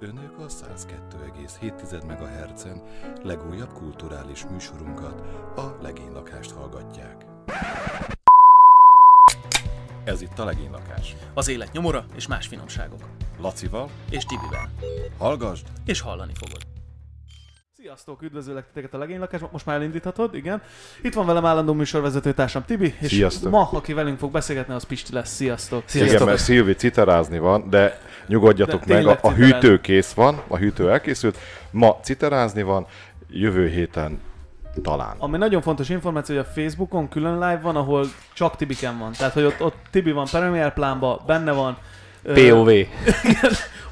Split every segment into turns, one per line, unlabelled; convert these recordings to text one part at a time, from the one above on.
Önök a 102,7 MHz-en legújabb kulturális műsorunkat, a Legénylakást hallgatják. Ez itt a Legénylakás.
Az élet nyomora és más finomságok.
Lacival,
És Tibivel.
hallgasd!
És hallani fogod.
Sziasztok, üdvözöllek titeket a legénylakásban, most már elindíthatod, igen. Itt van velem állandó műsorvezető társam Tibi, és
Sziasztok.
ma, aki velünk fog beszélgetni, az Pisti lesz. Sziasztok!
Igen, mert Szilvi citerázni van, de nyugodjatok
De
meg, a,
tényleg
a
citerázni.
hűtő kész van, a hűtő elkészült, ma citerázni van, jövő héten talán.
Ami nagyon fontos információ, hogy a Facebookon külön live van, ahol csak Tibiken van. Tehát, hogy ott, ott Tibi van Premier plánba, benne van. ö,
POV.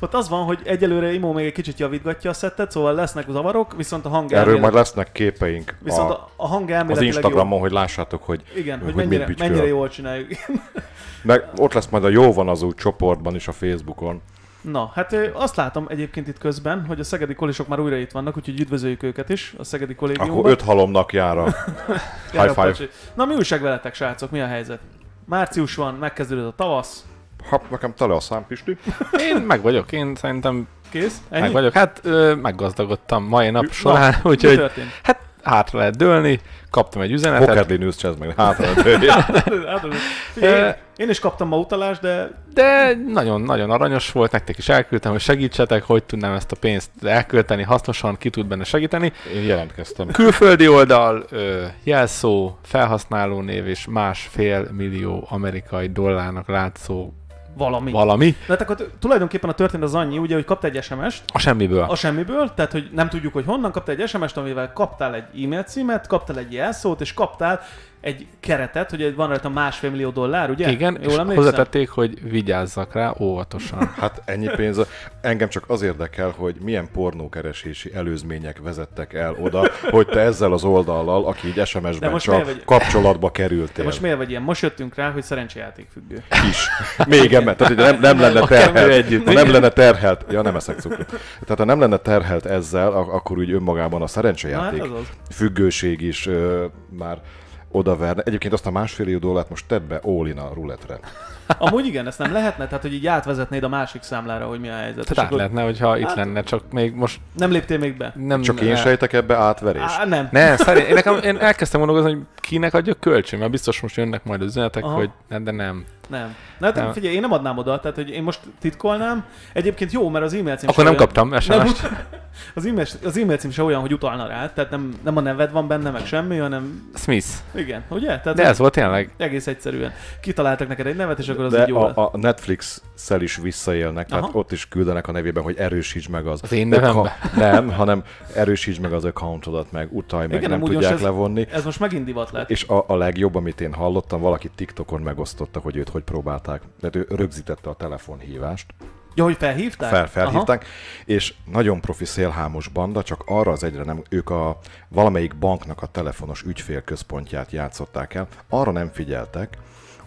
Ott az van, hogy egyelőre Imó még egy kicsit javítgatja a szettet, szóval lesznek zavarok, viszont a hang
Erről majd
elméletileg-
lesznek képeink
Viszont
a,
a, a hang
az
elméletileg jó.
Instagramon, hogy lássátok, hogy,
Igen, hogy,
mit
mennyire,
bütyköl.
mennyire jól csináljuk.
Meg ott lesz majd a Jó van az úgy csoportban is a Facebookon.
Na, hát ö, azt látom egyébként itt közben, hogy a szegedi kolisok már újra itt vannak, úgyhogy üdvözöljük őket is a szegedi kollégiumban.
Akkor öt halomnak jár a
Gyere,
high five.
Pacsi. Na, mi újság veletek, srácok? Mi a helyzet? Március van, megkezdődött a tavasz.
Ha, Hát nekem tele a számpisti.
Én meg vagyok, én szerintem
Kész? Ennyi?
Ennyi? meg vagyok. Hát ö, meggazdagodtam mai nap
Na,
során, Na,
Mi
úgyhogy
történt?
hát hátra lehet dőlni, kaptam egy üzenetet.
Pokerli news csezd meg, hátra. de-
Hát, Figyelj, én,
Ö,
én is kaptam ma utalást, de
De nagyon-nagyon aranyos volt, nektek is elküldtem, hogy segítsetek, hogy tudnám ezt a pénzt elkölteni hasznosan, ki tud benne segíteni.
Én jelentkeztem.
Külföldi oldal, ö, jelszó, felhasználó név és másfél millió amerikai dollárnak látszó
valami. Val-
valami,
de hát akkor tulajdonképpen a történet az annyi, ugye, hogy kapta egy SMS-t,
a semmiből.
a semmiből, tehát hogy nem tudjuk, hogy honnan kaptál egy SMS-t, amivel kaptál egy e-mail címet, kaptál egy jelszót, és kaptál egy keretet, hogy van rajta másfél millió dollár, ugye?
Igen, és
Jól emlékszem?
hozzátették, hogy vigyázzak rá óvatosan.
Hát ennyi pénz. Engem csak az érdekel, hogy milyen pornókeresési előzmények vezettek el oda, hogy te ezzel az oldallal, aki így
De
SMS-ben
most
csak
miért vagy-
kapcsolatba kerültél.
De most miért vagy ilyen? Most jöttünk rá, hogy szerencsejáték függő.
is. Még emel. Tehát hogy nem, nem lenne terhelt.
együtt.
Ha nem lenne terhelt. Ja, nem eszek cukrot. Tehát ha nem lenne terhelt ezzel, a- akkor úgy önmagában a szerencsejáték
Na, hát az
függőség is ö, már odaverne. Egyébként azt a másfél millió dollárt most tedd be all in a ruletre.
Amúgy igen, ezt nem lehetne, tehát hogy így átvezetnéd a másik számlára, hogy mi a helyzet. és
Tehát át
akkor
lehetne, hogyha
Hát-
itt lenne, csak még most
Nem léptél még be.
nem...
Csak én
ne-
sejtek ebbe átverés.
Á, nem.
Nem, szerint, én, nekem, én elkezdtem gondolkozni, hogy kinek adjak kölcsön, mert biztos most jönnek majd üzenetek,
Aha.
hogy ne, de nem.
Nem. Na, hát
Nem.
figyelj, én nem adnám oda, tehát hogy én most titkolnám. Egyébként jó, mert az e-mail cím se
Akkor nem
olyan-
kaptam
Nem,
SMS-t.
ut- az, e-mail, az e-mail cím se olyan, hogy utalna rá, tehát nem, nem a neved van benne, meg semmi, hanem
Smith.
igen, ugye? Tehát
De ez volt tényleg.
egész egyszerűen. Kitaláltak neked egy nevet, és akkor az
De
így jó
a,
a,
a Netflix-szel is visszaélnek, tehát
Aha.
ott is küldenek a nevében, hogy erősítsd meg az...
Az én
account-
nevemben?
Nem, hanem erősítsd meg az accountodat, meg utalj meg,
Igen,
nem
amúgy most
tudják
ez-
levonni.
Ez most megint divat lett.
És a, a legjobb, amit én hallottam, valaki TikTokon megosztotta, hogy őt hogy próbálták, tehát ő rögzítette a telefonhívást,
Ja, hogy felhívták?
fel,
Aha.
felhívták, és nagyon profi szélhámos banda, csak arra az egyre nem, ők a valamelyik banknak a telefonos ügyfélközpontját játszották el, arra nem figyeltek,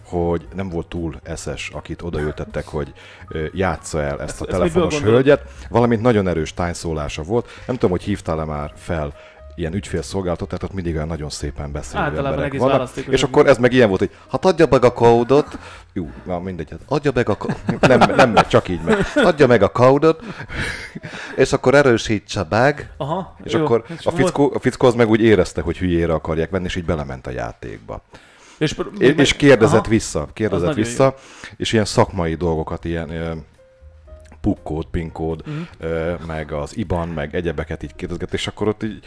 hogy nem volt túl eszes, akit odaültettek, hogy ö, játsza el ezt a
ezt
telefonos
miből gondolod?
hölgyet, valamint nagyon erős tájszólása volt. Nem tudom, hogy hívtál-e már fel ilyen ügyfélszolgálatot, tehát ott mindig olyan nagyon szépen beszélő
Általában
emberek
egész választék,
és
hogy-
akkor ez meg ilyen volt, hogy hát adja meg a kódot, jó, na mindegy, hát adja meg a kódot, nem, nem megy, csak így megy, adja meg a kódot, és akkor erősítse meg,
Aha.
és
jó.
akkor a
volt-
fickó, a fickó az meg úgy érezte, hogy hülyére akarják venni, és így belement a játékba.
És,
És, és kérdezett
Aha.
vissza,
Az
kérdezett
nagyon
vissza, és ilyen szakmai dolgokat, ilyen ö, pukkód, pinkód,
Mhm.
ö, meg az IBAN, meg egyebeket így kérdezget, és akkor ott így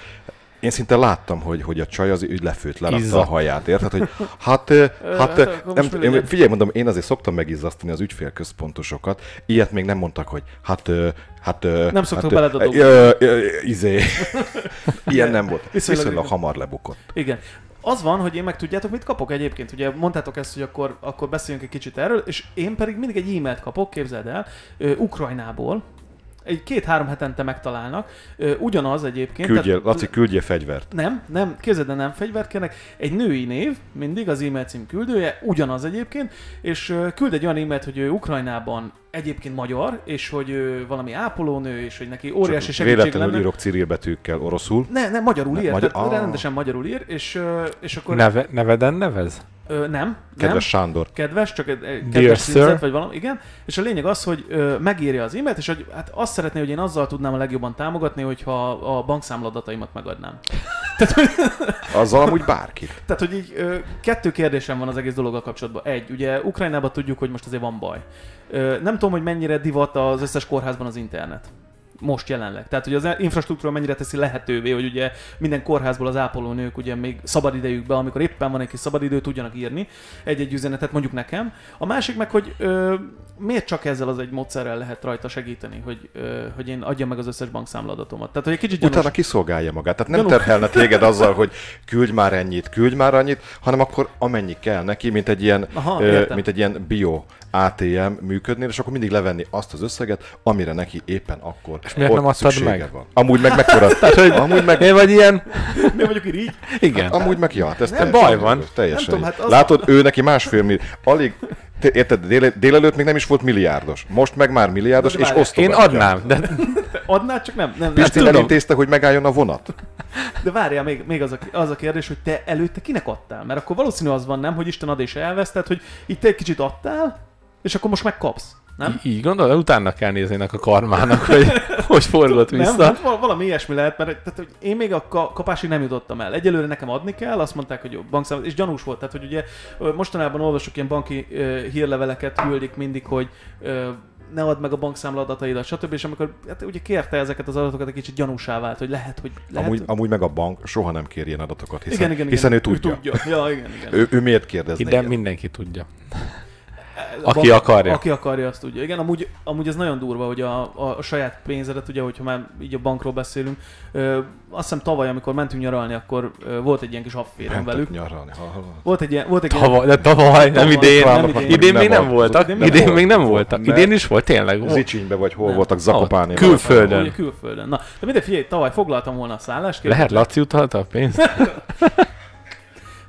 én szinte láttam, hogy, hogy a csaj az így lefőtt, leratta a
Izzadt.
haját, érted? Hogy hát, ö, hát,
hát
ö, nem,
akkor most mi
én,
legyen?
figyelj, mondom, én azért szoktam megizzasztani az ügyfélközpontosokat, ilyet még nem mondtak, hogy hát, ö, hát, ö,
Nem szoktak
hát,
beled a
ö, ö, ö, izé. Ilyen nem volt.
Viszonylag-
Viszonylag, Viszonylag hamar lebukott.
Igen. Az van, hogy én meg tudjátok, mit kapok egyébként. Ugye mondtátok ezt, hogy akkor, akkor beszéljünk egy kicsit erről, és én pedig mindig egy e-mailt kapok, képzeld el, ö, Ukrajnából. Egy két-három hetente megtalálnak. Ö, ugyanaz egyébként.
Küldjél,
tehát-
Laci, küldjél fegyvert.
nem, nem, képzeld el, nem fegyvert kérnek. Egy női név, mindig az e-mail cím küldője, ugyanaz egyébként, és ö, küld egy olyan e-mailt, hogy ő Ukrajnában egyébként magyar, és hogy ő valami ápolónő, és hogy neki óriási
Csak
segítség
Véletlenül
lenne.
írok cirilbetűkkel oroszul.
Ne, ne, magyarul
Ne,
ír,
magyar-
tehát
Ah.
rendesen magyarul ír, és, ö, és akkor
Neve, neveden nevez?
Ö, nem, nem.
Kedves Sándor,
kedves, csak egy egy
Dear
kedves
sir.
címzet, vagy valami, igen. És a lényeg az, hogy ö, megírja az e-mailt, és hogy, hát azt szeretné, hogy én azzal tudnám a legjobban támogatni, hogyha a bankszámla adataimat megadnám.
azzal amúgy bárki.
Tehát, hogy így ö, kettő kérdésem van az egész dologgal kapcsolatban. Egy, ugye Ukrajnában tudjuk, hogy most azért van baj. Ö, nem tudom, hogy mennyire divat az összes kórházban az internet. Most jelenleg. Tehát, hogy az infrastruktúra mennyire teszi lehetővé, hogy ugye minden kórházból az ápolónők ugye még szabadidejükben, amikor éppen van egy kis szabadidő, tudjanak írni egy-egy üzenetet mondjuk nekem. A másik meg, hogy ö, miért csak ezzel az egy módszerrel lehet rajta segíteni, hogy, ö, hogy én adjam meg az összes bankszámladatomat. Tehát, hogy egy kicsit gyanús.
Utána kiszolgálja magát. Tehát nem terhelne téged azzal, hogy küldj már ennyit, küldj már annyit, hanem akkor amennyi kell neki, mint egy ilyen,
Aha,
ö,
értem.
mint egy ilyen bio ATM működnél, és akkor mindig levenni azt az összeget, amire neki éppen akkor és
miért nem adtad meg?
van. Amúgy meg mekkora? Tehát, hogy amúgy meg,
Én vagy ilyen?
Mi vagyok így?
Igen.
amúgy meg, ja, hát ez
Nem,
teljesen
baj van.
igaz, Teljesen
Nem tudom,
így.
hát az-
Látod, ő neki másfél millió. Alig, te, érted, déle, délelőtt még nem is volt milliárdos. Most meg már milliárdos,
De
és
várjál,
osztogatja.
Én adnám, de
Adnád, csak nem. nem, nem.
Pisti
tudom.
elintézte, hogy megálljon a vonat.
De várjál, még, még az, a, az a kérdés, hogy te előtte kinek adtál? Mert akkor valószínű az van, nem, hogy Isten ad és elveszted, hogy itt egy kicsit adtál, és akkor most megkapsz. Nem?
így gondolod, utána kell néznének a karmának, hogy hogy forgott
Nem,
vissza.
hát val- valami ilyesmi lehet, mert tehát, hogy én még a ka- kapásig nem jutottam el. Egyelőre nekem adni kell, azt mondták, hogy jó, bankszámot, és gyanús volt. Tehát, hogy ugye ö, mostanában olvasok ilyen banki ö, hírleveleket, küldik mindig, hogy ö, ne add meg a bankszámla adataidat, stb. És amikor hát ugye kérte ezeket az adatokat, egy kicsit gyanúsá vált, hogy lehet, hogy lehet.
Amúgy, amúgy meg a bank soha nem kér ilyen adatokat, hiszen,
igen, igen,
hiszen
igen.
ő tudja.
Ő tudja. Ja, igen, igen.
Ő, ő miért kérdezné
Ide
ilyet?
mindenki tudja.
A
Aki akarja.
Aki akarja, azt tudja. Igen, amúgy, amúgy ez nagyon durva, hogy a, a, a saját pénzedet, ugye, hogyha már így a bankról beszélünk, ö, azt hiszem tavaly, amikor mentünk nyaralni, akkor ö, volt egy ilyen kis afférem
Mentek
velük.
nyaralni. Ha, ha.
Volt egy ilyen, volt egy ilyen,
Tavaly, de tavaly, nem
Tavaly,
idén.
nem idén.
Idén még nem
volt.
voltak.
Idén még
Idén
nem
még nem
volt.
voltak.
Mert-
Idén is volt, tényleg. Volt.
Zicsinybe vagy hol
Nem.
voltak, Zakopáné.
Ott, külföldön.
ugye, külföldön. Na, de mindegy, figyelj, tavaly foglaltam volna a szállást. kérdez-
Lehet Laci utalta a pénzt?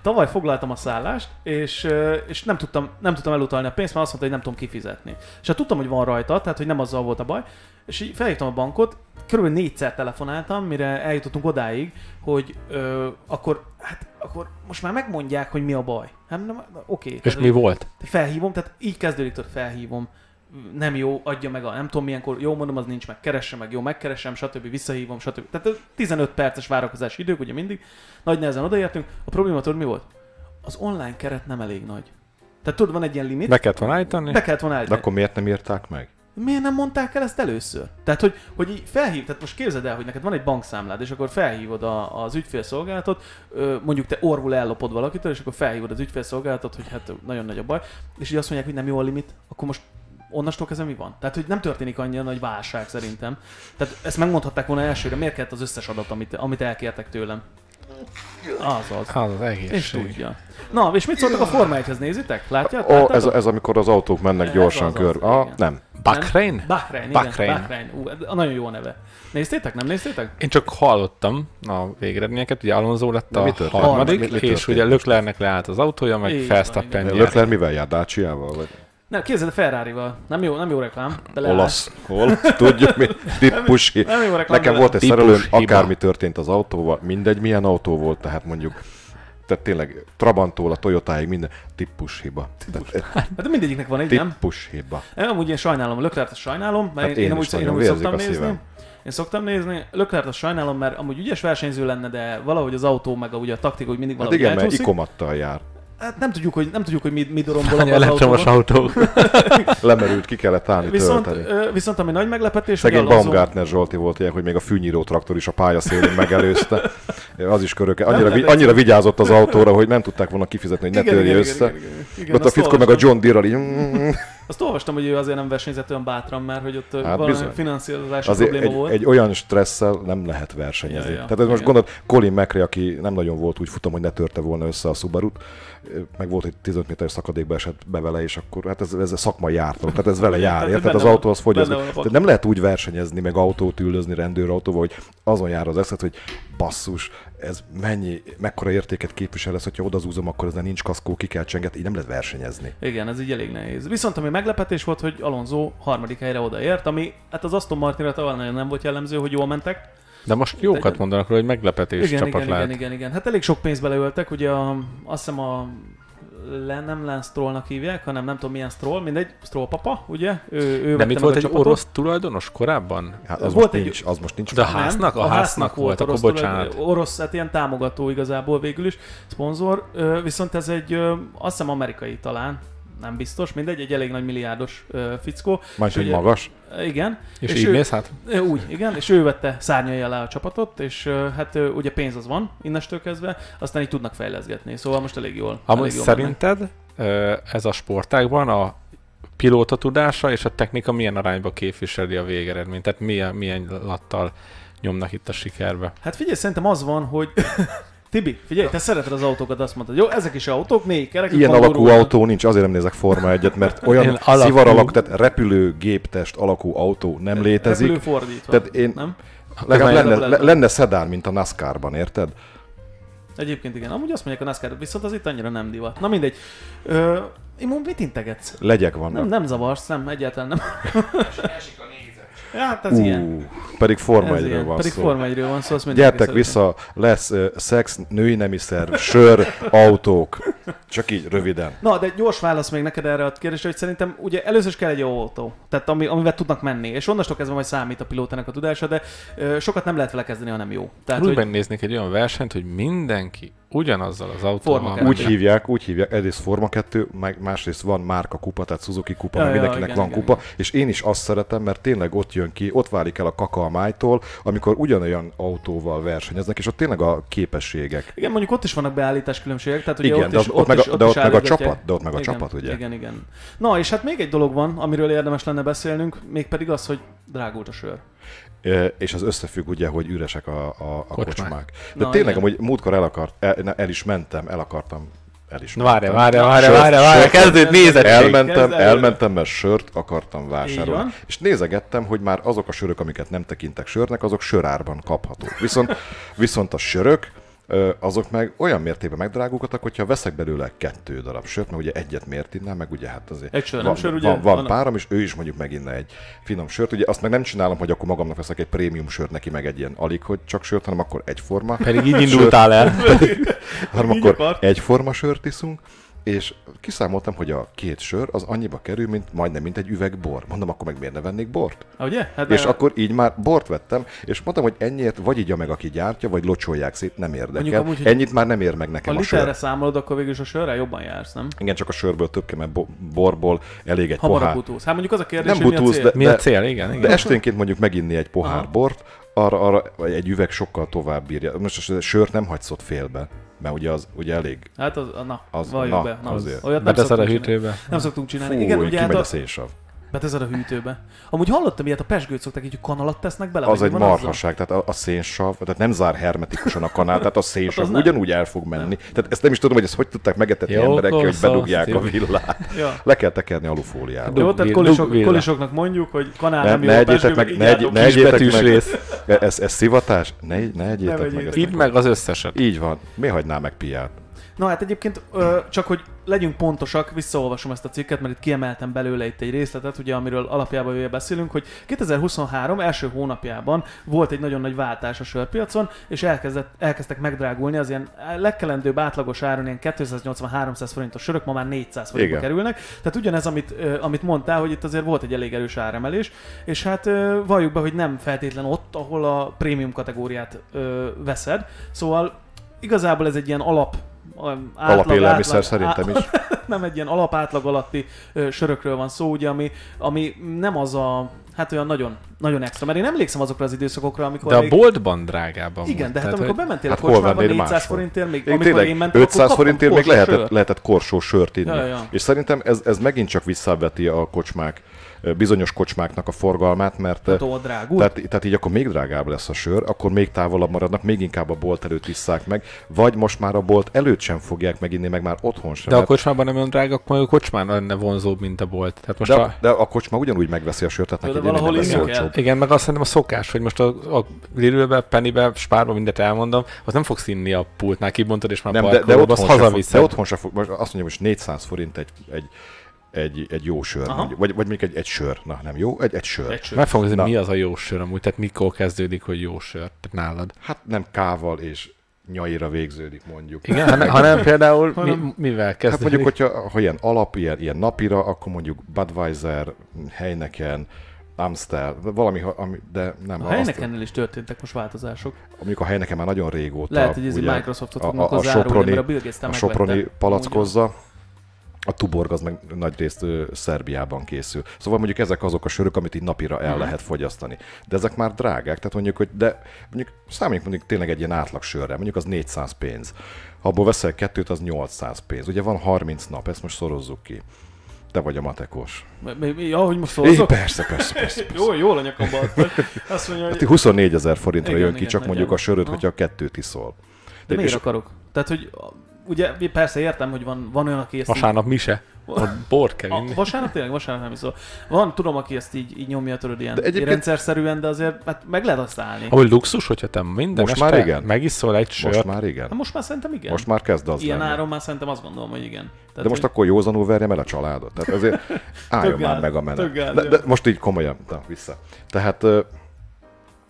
Tavaly foglaltam a szállást, és, ö, és nem, tudtam, nem tudtam elutalni a pénzt, mert azt mondta, hogy nem tudom kifizetni. És hát tudtam, hogy van rajta, tehát hogy nem azzal volt a baj. És így felhívtam a bankot, körülbelül négyszer telefonáltam, mire eljutottunk odáig, hogy ö, akkor, hát, akkor most már megmondják, hogy mi a baj. Hát nem, oké.
És
Tehát,
mi volt?
felhívom, tehát így kezdődik, hogy felhívom, nem jó, adja meg a, nem tudom milyenkor, jó mondom, az nincs meg, keresse meg, jó, megkeresem, stb. visszahívom, stb. Tehát ez 15 perces várakozási idők, ugye mindig, nagy nehezen odaértünk. A probléma tudod mi volt? Az online keret nem elég nagy. Tehát tudod, van egy ilyen limit,
Be kellett volna állítani?
be kellett volna
De
állítani.
akkor miért nem írták meg?
Miért nem mondták el ezt először? Tehát, hogy, hogy így felhív, tehát most képzeld el, hogy neked van egy bankszámlád, és akkor felhívod a, az ügyfélszolgálatot, ö, mondjuk te orvul ellopod valakitől, és akkor felhívod az ügyfélszolgálatot, hogy hát nagyon nagy a baj, és így azt mondják, hogy nem jó a limit, akkor most onnastól kezdve mi van? Tehát, hogy nem történik annyira nagy válság szerintem. Tehát ezt megmondhatták volna elsőre, miért kellett az összes adat, amit, amit elkértek tőlem? Az az.
Az az
És
egészség.
tudja. Na, és mit szóltak a Forma 1-hez, nézitek? Látjátok?
Ó, ez,
Láttátok?
ez amikor az autók mennek
hát Ez
gyorsan
az az,
kör. Ah,
igen.
nem.
Bahrain?
Bahrein,
Bahrein.
igen. Bahrein. Ú, ez- a nagyon jó neve. Néztétek, nem néztétek?
Én csak hallottam a végeredményeket, ugye Alonso lett
De mi
a
történt?
harmadik,
Mi- mi
és
történt
ugye Löklernek leállt az autója, meg
Így van,
Felsztappen
igen.
Lökler mivel jár? Dácsiával? Vagy
Nem, képzeld a Ferrari-val. Nem jó, nem jó reklám. De leállt.
olasz? Hol? Tudjuk mi? Tippusi.
Nem jó reklám.
Nekem
de
volt egy
Típus
szerelőm,
hiba.
akármi történt az autóval, mindegy milyen autó volt, tehát mondjuk tehát tényleg Trabantól a Toyotáig minden típus hiba. Tehát,
leállt. Hát mindegyiknek van egy, nem?
típus hiba.
Én amúgy én sajnálom, Löklert azt sajnálom, mert
Hát
én,
én
én,
is
amúgy, én
nagyon,
amúgy
vérzik
szoktam
a
nézni.
szívem.
Én szoktam nézni. Löklert azt sajnálom, mert amúgy ügyes versenyző lenne, de valahogy az autó meg a, ugye a taktika, hogy mindig
Hát
valahogy
igen, mert
elcsúszik.
ikomattal jár.
Hát nem tudjuk, hogy, nem tudjuk, hogy mi, mi dorombol abban az
elektromos
autóban.
autó.
Lemerült, ki kellett állni
Viszont,
tölteni.
ö, viszont ami nagy meglepetés, hogy
Szegény
Alonso-
Baumgartner Zsolti volt ilyen, hogy még a fűnyíró traktor is a pályaszélén megelőzte. Az is köröke. Annyira,
nem
vi-
egyszer.
annyira vigyázott az autóra, hogy nem tudták volna kifizetni, hogy ne
Igen, igen,
törje
igen,
össze.
igen, igen, igen.
Ott a
azt
fickó meg a
olvastam.
John Deere-al így... mm,
Azt olvastam, hogy ő azért nem versenyzett olyan bátran, mert hogy ott
Hát
hát valami
bizony.
finanszírozási
Azért
probléma
egy,
volt.
egy, olyan stresszel nem lehet versenyezni.
Ja, ja,
Tehát ez most
igen.
gondolod, Colin McRae, aki nem nagyon volt úgy futam, hogy ne törte volna össze a Subaru-t, meg volt egy 15 méteres szakadékba esett be vele, és akkor hát ez, ez a szakmai jártalom, tehát ez vele jár,
Tehát
érted?
benne
Az
van-
autó az fogy.
benne
Az,
van a
tehát
pak-
nem lehet úgy versenyezni, meg autót üldözni rendőrautóval, hogy azon jár az eszed, hogy basszus, ez mennyi, mekkora értéket képvisel ez, hogyha odazúzom, akkor ez nincs kaszkó, ki kell csenget, így nem lehet versenyezni.
Igen, ez így elég nehéz. Viszont ami meglepetés volt, hogy Alonso harmadik helyre odaért, ami hát az Aston Martinra talán nagyon nem volt jellemző, hogy jól mentek.
De most jókat mondanak róla, hogy meglepetés
igen,
csapat
igen, igen,
lehet.
igen, igen. Hát elég sok pénzt beleöltek, ugye a, azt hiszem a le, nem Lance Strollnak hívják, hanem nem tudom milyen Stroll, mindegy, Stroll papa, ugye? Ő, ő vette
Nem
meg
itt
a
volt egy
csapatot.
orosz tulajdonos korábban?
Hát az,
Volt
most
egy-
nincs, az most nincs.
De
De...
a háznak? A, háznak, volt, akkor
orosz
bocsánat.
tulaj- Orosz, hát ilyen támogató igazából végül is, szponzor. Ö, Viszont ez egy, ö, azt hiszem amerikai talán, nem biztos, mindegy, egy elég nagy milliárdos ö, fickó.
Majd, hogy
Ugye-
magas.
Ö, Igen.
És,
És
így
ő-
mész hát?
Ö, Úgy, igen, és ő vette szárnyai alá a csapatot, és ö, hát ö, ugye pénz az van innestől kezdve, aztán így tudnak fejleszgetni, szóval most elég jól.
Amúgy
elég jól mennek.
szerinted ö, ez a sportágban a pilóta tudása és a technika milyen arányba képviseli a végeredményt? Tehát milyen, milyen lattal nyomnak itt a sikerbe?
Hát figyelj, szerintem az van, hogy... Tibi, figyelj, te szereted az autókat, azt mondtad. Jó, ezek is autók, négy kerek.
Ilyen
kangurú.
alakú autó nincs, azért nem nézek Forma egyet, mert olyan
Ilyen alakú-
szivar alak, tehát repülő géptest alakú autó nem létezik.
Repülő fordítva.
Tehát én-
Nem?
Legalább
Akkor
lenne,
már-
le- lenne szedán, mint a NASCAR-ban, érted?
Egyébként igen. Amúgy azt mondják a NASCAR, viszont az itt annyira nem divat. Na mindegy. Ö, Imó, mit integetsz?
Legyek vannak.
Nem, nem zavarsz, nem, egyáltalán nem. Ja, hát ez ilyen.
Ú, pedig Forma
Ez
1
ilyen.
van
Pedig
szó.
Forma 1 van szó, azt mindenki
Gyertek
szereti.
vissza, lesz ö, szex, női nemiszerv, sör, autók. Csak így röviden.
Na, de egy gyors válasz még neked erre a kérdésre, hogy szerintem ugye először is kell egy jó autó, tehát ami, amivel tudnak menni, és onnantól kezdve majd számít a pilótának a tudása, de ö, sokat nem lehet vele kezdeni, ha nem jó. Tehát,
Hát, úgy
hogy,
néznék egy olyan versenyt, hogy mindenki ugyanazzal az
Forma
autóval
kell.
Úgy
megy.
hívják, úgy hívják, egyrészt Forma 2, meg másrészt van márka kupa, tehát Suzuki kupa,
Ja,
ja,
ja,
mindenkinek
igen,
van
igen,
kupa, és én is azt szeretem, mert tényleg ott jön ki, ott válik el a kaka a májtól, amikor ugyanolyan autóval versenyeznek, és ott tényleg a képességek.
igen, mondjuk ott is vannak beállítás különbségek, tehát ugye
Igen,
ott
de
is,
ott- ott meg a-
is,
de ott
is
meg a
állítgatják.
csapat, de ott meg a
igen,
csapat, ugye?
Igen, igen. Na, és hát még egy dolog van, amiről érdemes lenne beszélnünk, mégpedig az, hogy drágult a sör.
Ö, és az összefügg ugye, hogy üresek a, a, a
Kocsmák.
kocsmák. kocsmák. De
Na,
Na, tényleg,
igen.
amúgy múltkor el, akart, el, na, el is mentem, el akartam, el is
Na várja,
mentem.
várja, várja,
Sört-
várja, várja,
sört-
kezdőd nézettség.
Elmentem,
Kezdve-
elmentem, mert sört akartam
Így
vásárolni.
van.
És nézegettem, hogy már azok a sörök, amiket nem tekintek sörnek, azok sörárban kaphatók. Viszont, viszont a sörök, ö, azok meg olyan mértékben megdrágultak, hogyha veszek belőle kettő darab sört, mert ugye egyet miért innál, meg ugye hát azért
Egy sör, nem
van,
sör, ugye?
van, van
Van-
párom, és ő is mondjuk meginne egy finom sört. Ugye azt meg nem csinálom, hogy akkor magamnak veszek egy prémium sört, neki meg egy ilyen alig, hogy csak sört, hanem akkor egyforma
Pedig így indultál el.
hanem
Így
akkor
akart.
egyforma sört iszunk, és kiszámoltam, hogy a két sör az annyiba kerül, mint majdnem, mint egy üveg bor. Mondom, akkor meg miért ne vennék bort?
Ah, Ugye? Hát
és
de-
akkor így már bort vettem, és mondtam, hogy ennyiért vagy igya meg, aki gyártja, vagy locsolják szét, nem érdekel.
Mondjuk amúgy, hogy
Ennyit már nem ér meg
ha
nekem a,
literre
sör.
számolod, akkor végül is a sörre jobban jársz, nem?
Igen, csak a sörből több kell, mert bo- borból elég egy
Hamarabb
pohár.
butulsz. Hát mondjuk az a kérdés,
Nem
hogy mi a
butulsz,
cél?
de-
Mi a cél? Igen, igen.
De esténként mondjuk meginni egy pohár
Aha.
bort, arra, arra egy üveg sokkal tovább bírja. Most a sört nem hagysz ott félbe, mert ugye az ugye elég
Hát az, na, az,
Az-
valljuk
na,
be. Na,
azért.
Olyat nem
Beteszed a
szoktunk csinálni.
hűtőbe.
Nem szoktunk csinálni.
Fú,
Igen, ugye
kimegy
hát
a
a,
szélsav.
Beteszed a hűtőbe. Amúgy hallottam ilyet, a pesgőt szokták így, hogy kanalat tesznek bele.
az
vagy
egy
mi van azzal?
marhaság, tehát a, a szénsav, tehát nem zár hermetikusan a kanál, tehát a szénsav
az
hát
nem.
ugyanúgy el fog menni. Tehát ezt nem is tudom, hogy ezt hogy tudták megetetni
Jó,
emberekkel, hogy
korszak,
bedugják
jó.
a villát.
Ja.
Le kell tekerni alufóliába.
Jó, tehát
Dugvill-
kolisok,
dugvilla.
kolisoknak mondjuk, hogy kanál
Ne,
nem, jó,
ne
a
egyétek
pesgőbe
meg,
így
ne, egy,
álltok.
ne egyétek
kisbetűs
meg. E-
rész.
Ez, ez szivatás? Ne, ne egyétek meg.
vegyétek.
ezt.
Idd meg az összeset.
Így van. Mi hagyná meg piát?
Na hát egyébként, ö, csak hogy legyünk pontosak, visszaolvasom ezt a cikket, mert itt kiemeltem belőle itt egy részletet, ugye, amiről alapjában ugye beszélünk, hogy 2023 első hónapjában volt egy nagyon nagy váltás a sörpiacon, és elkezdett, elkezdtek megdrágulni az ilyen eh, legkelendőbb átlagos áron ilyen 280-300 forintos sörök, ma már 400 forintba
Igen.
kerülnek. Tehát ugyanez, amit, ö, amit mondtál, hogy itt azért volt egy elég erős áremelés, és hát ö, valljuk be, hogy nem feltétlen ott, ahol a prémium kategóriát ö, veszed. Szóval igazából ez egy ilyen alap olyan átlag-
Alapélelmiszer
átlag-
szerintem is.
nem egy ilyen alapátlag alatti ö, sörökről van szó, ugye, ami, ami nem az a, hát olyan nagyon, nagyon extra. Mert én emlékszem azokra az időszakokra, amikor
De a
még,
boltban drágában
igen, de hát
Tehát,
amikor
hogy-
bementél
Hát
a
hol
kocsmába
vennél
400
máshol?
forintért, még,
Én
amikor
tényleg,
én mentem,
500
akkor
forintért még
kaptam korsó
lehetett,
sört.
lehetett korsó sört inni.
Ja, ja.
És szerintem ez, ez megint csak visszaveti a kocsmák, bizonyos kocsmáknak a forgalmát, mert
Nem tudom, a drágul.
Tehát, tehát így akkor még drágább lesz a sör, akkor még távolabb maradnak, még inkább a bolt előtt isszák meg, vagy most már a bolt előtt sem fogják meginni, meg már otthon sem.
De a
mert-
kocsmában nem olyan drága, akkor a kocsmán lenne vonzóbb, mint a bolt. Tehát most
de,
a...
a, de a kocsma ugyanúgy megveszi a sört, tehát
De
neki
valahol
valahol lesz
inni
olcsóbb.
Igen, meg azt szerintem a szokás, hogy most a, a Lidlbe, Pennybe, Spárba mindent elmondom, az nem fogsz inni a pultnál, kibontod és már
Nem, de, de,
parkolod, azt
otthon se fog, de
hazaviszed.
otthon se fog, most azt mondjam, most 400 forint egy, egy, egy, egy jó sör,
Aha.
mondjuk, vagy, vagy mondjuk egy, egy sör, na nem jó, egy, egy sör.
Egy sör.
Meg fogom nézni,
Na.
mi az a jó sör amúgy, tehát mikor kezdődik, hogy jó sör, tehát nálad.
Hát nem kával és nyaira végződik mondjuk.
Igen, hanem, hanem például mi, mivel
Hát
kezdődik?
mondjuk, hogyha ha ilyen alap, ilyen, ilyen napira, akkor mondjuk Budweiser, Heineken, Amstel, valami, ha- ami, de nem.
A
azt-
helynekennel is történtek most változások.
Mondjuk a Heineken már nagyon régóta.
Lehet, hogy ez egy
ugye,
Microsoftot
a-
fognak
a- a
hozzárulni,
Soproni-
mert a Bill Gates
a Soproni
megvette.
palackozza, a Tuborg az meg nagyrészt ö, Szerbiában készül. Szóval mondjuk ezek azok a sörök, amit így napira
Mhm.
el lehet fogyasztani. De ezek már drágák, tehát mondjuk, hogy de mondjuk számítsunk mondjuk tényleg egy ilyen átlag sörre, mondjuk az 400 pénz. Ha abból veszel kettőt, az 800 pénz. Ugye van 30 nap, ezt most szorozzuk ki. Te vagy a matekos.
M- m- Ja, hogy most
Éj,
szólzok?
persze, persze, persze.
Jó, jól a nyakamba adtad. Azt mondja,
Hát
hogy...
24 ezer forintra
Igen,
jön ki,
igen,
csak mondjuk a
nagyjából.
söröt,
Aha.
hogyha kettőt iszol.
De miért
és-
akarok? Tehát, hogy a- ugye persze értem, hogy van, van olyan, aki ezt így-
Vasárnap mi se. A bor kell
A,
inni.
vasárnap tényleg vasárnap nem iszol. Van, tudom, aki ezt így, így nyomja, tudod, ilyen
De egyébként-
rendszerszerűen, de azért hát meg lehet azt állni.
Ahogy luxus, hogyha te minden
Most
este
már igen?
megiszol egy
Most
sört,
már igen.
Na Hát most már szerintem igen.
Most már kezd az
Ilyen
lenni.
áron már szerintem azt gondolom, hogy igen. Tehát,
De most akkor józanul verjem el a családot. Tehát azért álljon
Tögáld,
már meg a menet.
tögáld,
De,
jó.
de most így komolyan, na, vissza. Tehát ö,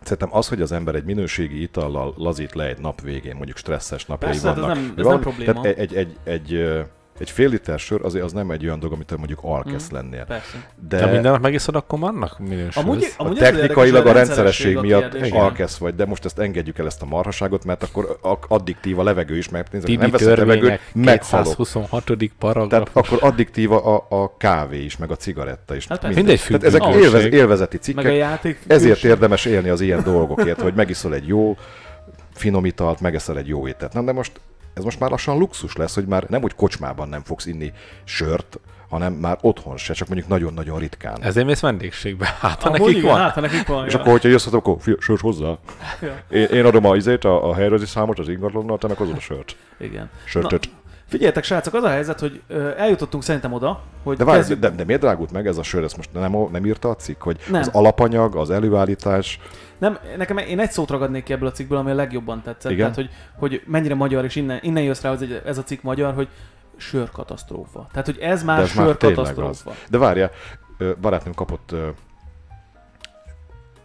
szerintem az, hogy az ember egy minőségi itallal lazít le egy nap végén, mondjuk stresszes napjai
Persze, hát ez
vannak.
nem-
vagy
ez nem probléma.
Tehát egy, egy, egy, egy, ö, egy fél liter sör azért az nem egy olyan dolog, amitől mondjuk
Mm.
alkesz lennél.
Persze.
De,
de ha minden nap megiszod, akkor vannak minőség.
Amúgy,
a
amúgy ez érdekes,
technikailag a rendszeresség miatt
kérdés, igen.
alkesz vagy, de most ezt engedjük el ezt a marhaságot, mert akkor a- addiktív a levegő is, mert nézd, ha
Tibi
nem veszek levegőt,
törvények
meghalok.
226. paragraf.
Tehát akkor addiktíva a, a kávé is, meg a cigaretta is.
Hát persze.
Mindegy
Tehát
függő.
ezek
dolog.
élvez, élvezeti
Meg a
cikkek,
játék.
ezért érdemes élni az ilyen dolgokért, hogy megiszol egy jó finom italt, megeszel egy jó ételt. Nem, de most ez most már lassan luxus lesz, hogy már nem úgy kocsmában nem fogsz inni sört, hanem már otthon se, csak mondjuk nagyon-nagyon ritkán. Ez
Ezért mész vendégségbe. Hát, ha
Amúgy
nekik
igen,
van.
Hát, ha nekik van.
és
ja.
akkor, hogyha jössz, akkor fia, sört hozzá. Én, én adom a izét, a, a helyrezi számot, az ingatlannal, te meg hozod a sört.
Igen.
Sörtöt.
Na, Figyeljetek, srácok, az a helyzet, hogy ö, eljutottunk szerintem oda, hogy
De várj,
kezdjük-
de, de miért drágult meg ez a sör? Ezt most nem, nem írta a cikk, hogy
Nem.
nem. az alapanyag, az előállítás,
Nem, nekem én egy szót ragadnék ki ebből a cikkből, ami a legjobban tetszett.
Igen.
Tehát, hogy, hogy mennyire magyar, és innen, innen jössz rá, hogy ez egy- ez a cikk magyar, hogy sörkatasztrófa. Tehát, hogy ez már
de ez már tényleg az.
sörkatasztrófa.
De várjál, ö, barátnőm kapott ö,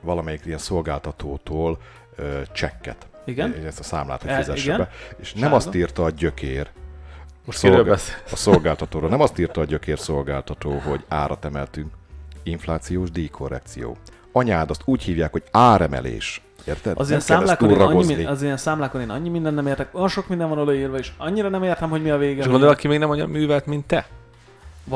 valamelyik ilyen szolgáltatótól ö, csekket.
Igen?
Ezt a számlát, hogy
E,
fizesse
igen.
be. És nem
Sárga.
azt írta a gyökér,
Most
Szolga-
kiről beszélsz?
a szolgáltatóra, nem azt írta a gyökér szolgáltató, hogy árat emeltünk. Inflációs díjkorrekció. Anyád, azt úgy hívják, hogy áremelés. Érted? nem
Az ilyen,
kell ezt
számlákon én annyi,
túlragozni.
min- az ilyen számlákon én annyi minden nem értek, olyan sok minden van odaírva, és annyira nem értem, hogy mi a vége.
És
hogy-
gondolod, aki még nem olyan művelt, mint te? Hát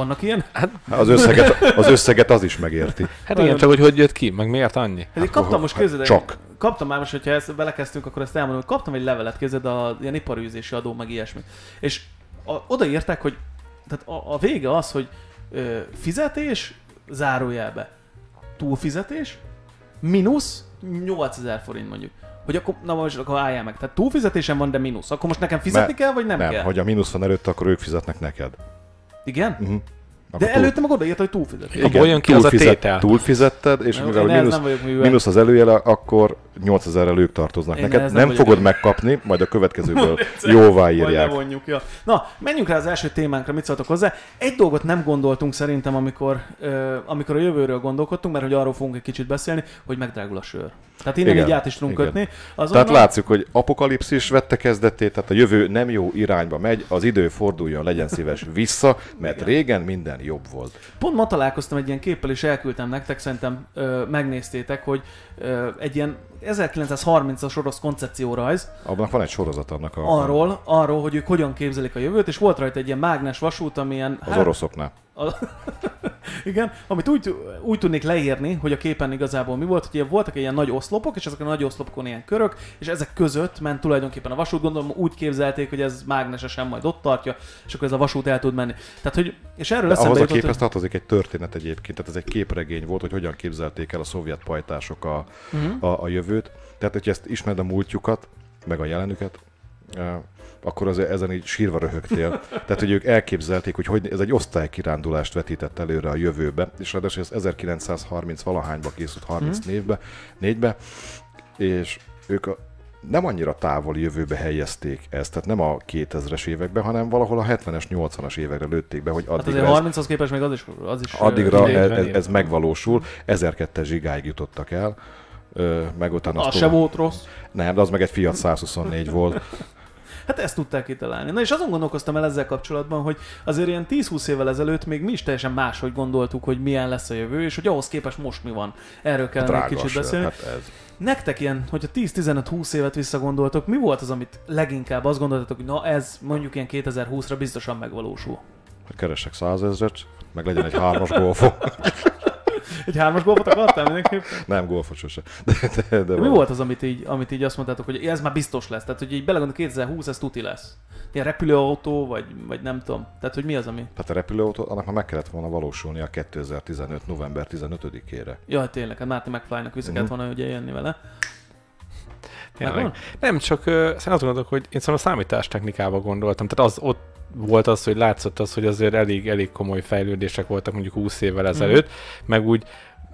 Vannak ilyen?
Az összeget, az összeget az is megérti.
Hát
Nagyon-
igen, csak hogy hogy jött ki, meg miért annyi?
Hát én kaptam most
hát
képzeld, el-
csak.
Kaptam már most, hogyha ezt belekezdtünk, akkor ezt elmondom, hogy kaptam egy levelet, képzeld, a ilyen iparűzési adó, meg ilyesmi. És a, odaírták, hogy tehát a, a vége az, hogy ö, fizetés, zárójelbe, túlfizetés, mínusz 8000 forint mondjuk. Hogy akkor, na most akkor álljál meg. Tehát túlfizetésem van, de mínusz. Akkor most nekem fizetni
Mert-
kell, vagy nem,
Nem,
kell?
hogy a mínusz van előtt, akkor ők fizetnek neked.
Igen?
Uh-huh.
De előtte meg odaírta, hogy túlfizetés.
Igen, Abból Hát, jön ki az a tétel.
Túlfizetted, és
Jó,
mivel
én
a
ehhez
mínusz,
nem vagyok művelt.
mínusz az előjele, akkor 8000-rel ők tartoznak
Én
neked.
ehhez
Nem,
nem
nem
vagyok
fogod
művelt.
megkapni, majd a következőből jóvá
Majd
írják.
bevonjuk, ja. Na, menjünk rá az első témánkra, mit szóltok hozzá. Egy dolgot nem gondoltunk szerintem, amikor, ö, amikor a jövőről gondolkodtunk, mert hogy arról fogunk egy kicsit beszélni, hogy megdrágul a sör. Tehát innen
Igen,
így át is tudunk
igen.
kötni.
Tehát
Azonnal,
látszik, hogy apokalipszis vette kezdetét, tehát a jövő nem jó irányba megy, az idő forduljon, legyen szíves vissza, mert régen minden jobb volt.
Pont ma találkoztam egy ilyen képpel, és elküldtem nektek, szerintem ö, megnéztétek, hogy ö, egy ilyen 1930-as orosz koncepciórajz,
Abban van egy sorozat annak a,
arról, arról, hogy ők hogyan képzelik a jövőt, és volt rajta egy ilyen mágnes vasút, hát, amilyen...
az oroszoknál.
A- Igen, amit úgy, úgy tudnék leírni, hogy a képen igazából mi volt, hogy ilyen voltak ilyen nagy oszlopok, és ezek a nagy oszlopokon ilyen körök, és ezek között ment tulajdonképpen a vasút, gondolom úgy képzelték, hogy ez mágnesesen majd ott tartja, és akkor ez a vasút el tud menni. Tehát, hogy, és erről
De
eszembe
ahhoz a
jutott,
képhez
hogy,
tartozik egy történet egyébként, tehát ez egy képregény volt, hogy hogyan képzelték el a szovjet pajtások a,
Mhm.
uh-huh. a, a jövőt. Tehát, hogyha ezt ismered a múltjukat, meg a jelenüket, eh, akkor azért ezen így sírva röhögtél. Tehát, hogy ők elképzelték, hogy, hogy ez egy osztálykirándulást vetített előre a jövőbe, és ráadásul ez 1930 valahányba készült,
Mhm.
34-be, 4-be, és ők a, nem annyira távoli jövőbe helyezték ezt, tehát nem a 2000-es években, hanem valahol a 70-es, 80-as évekre lőtték be, hogy
hát
addig
azért
lesz
30-hoz képest még az is, az is ö,
addigra
idejében
ez, ez,
él.
ez megvalósul. 1002-es zsigáig jutottak el, ö, meg utána
Az
azt
se
tovább-
volt rossz.
Nem, de az meg egy Fiat 124 volt.
Hát ezt tudták kitalálni. Na és azon gondolkoztam el ezzel kapcsolatban, hogy azért ilyen 10-20 évvel ezelőtt még mi is teljesen máshogy gondoltuk, hogy milyen lesz a jövő, és hogy ahhoz képest most mi van. Erről kellene egy
Drága
kicsit
se,
beszélni.
Hát ez.
Nektek ilyen, hogyha 10-15-20 évet visszagondoltok, mi volt az, amit leginkább azt gondoltatok, hogy na ez mondjuk ilyen 2020-ra biztosan megvalósul?
Keresek 100 ezret, meg legyen egy hármas golfom.
Egy hármas golfot akartál mindenképpen?
Nem golfos sose. De, de, de
De mi
van.
volt az, amit így, amit így azt mondtátok, hogy ez már biztos lesz? Tehát, hogy így belegondolok, 2020 ez tuti lesz. Ilyen repülőautó, vagy, vagy nem tudom. Tehát, hogy mi az, ami...
Tehát Hát a repülőautó, annak már meg kellett volna valósulni a 2015. november 15-ére.
Jaj, tényleg, hát Márti McFly-nak vissza kellett
Mhm.
volna ugye jönni vele. Hát
Tényleg.
Megvan?
Nem, csak ö, én azt gondolok, hogy én szóval a számítástechnikába gondoltam. Tehát az ott volt az, hogy látszott az, hogy azért elég, elég komoly fejlődések voltak mondjuk 20 évvel ezelőtt, meg úgy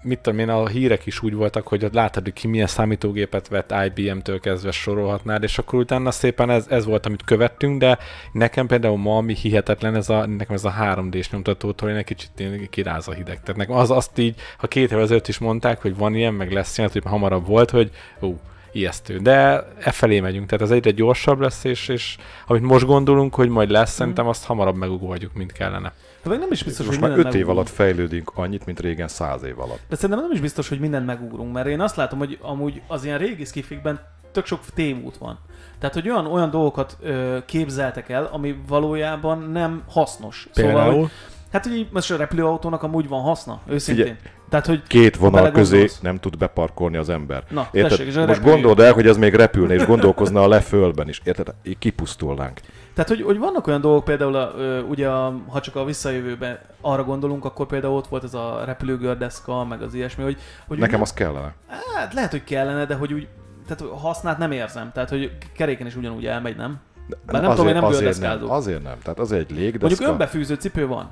mit tudom én, a hírek is úgy voltak, hogy ott láttad, hogy ki milyen számítógépet vett IBM-től kezdve sorolhatnád, és akkor utána szépen ez, ez volt, amit követtünk, de nekem például ma, ami hihetetlen, ez a, nekem ez a 3D-s nyomtatótól, én egy kicsit én kiráz a hideg. Tehát nekem az, azt így, ha két évvel ezelőtt is mondták, hogy van ilyen, meg lesz ilyen, hát, hogy hamarabb volt, hogy ú, ijesztő. De e felé megyünk, tehát ez egyre gyorsabb lesz, és, és amit most gondolunk, hogy majd
Hmm.
lesz, szerintem azt hamarabb megugorjuk, mint kellene.
Hát meg nem is biztos,
Szóval Most
hogy
már 5
mindent
év
megújul.
alatt fejlődünk annyit, mint régen 100 év alatt.
De szerintem nem is biztos, hogy mindent megugrunk, mert én azt látom, hogy amúgy az ilyen régi skifikben tök sok tévút van. Tehát, hogy olyan, olyan dolgokat ö, képzeltek el, ami valójában nem hasznos. Szóval, hogy,
Például,
hát, hogy így most a repülőautónak amúgy van haszna, őszintén.
Figyelj.
Tehát, hogy
Két vonal
belegondolsz.
közé nem tud beparkolni az ember.
Na,
Érted?
tessék, és a
Most
repülő-
gondold el, hogy ez még repülne, és gondolkozna a lefölben is. Érted? Így Kipusztulnánk.
Tehát, hogy, hogy vannak olyan dolgok, például a, ö, ugye, a, ha csak a visszajövőben arra gondolunk, akkor például ott volt ez a repülőgördeszka, meg az ilyesmi, hogy, hogy úgy
Nekem az kellene.
Hát lehet, hogy kellene, de hogy úgy tehát hogy hasznát nem érzem. Tehát, hogy keréken is ugyanúgy elmegy, nem? Bár nem tudom, én nem
azért nem,
gördeszkázok.
azért nem. Tehát az egy
Mondjuk
légdeszka,
önbefűző cipő van.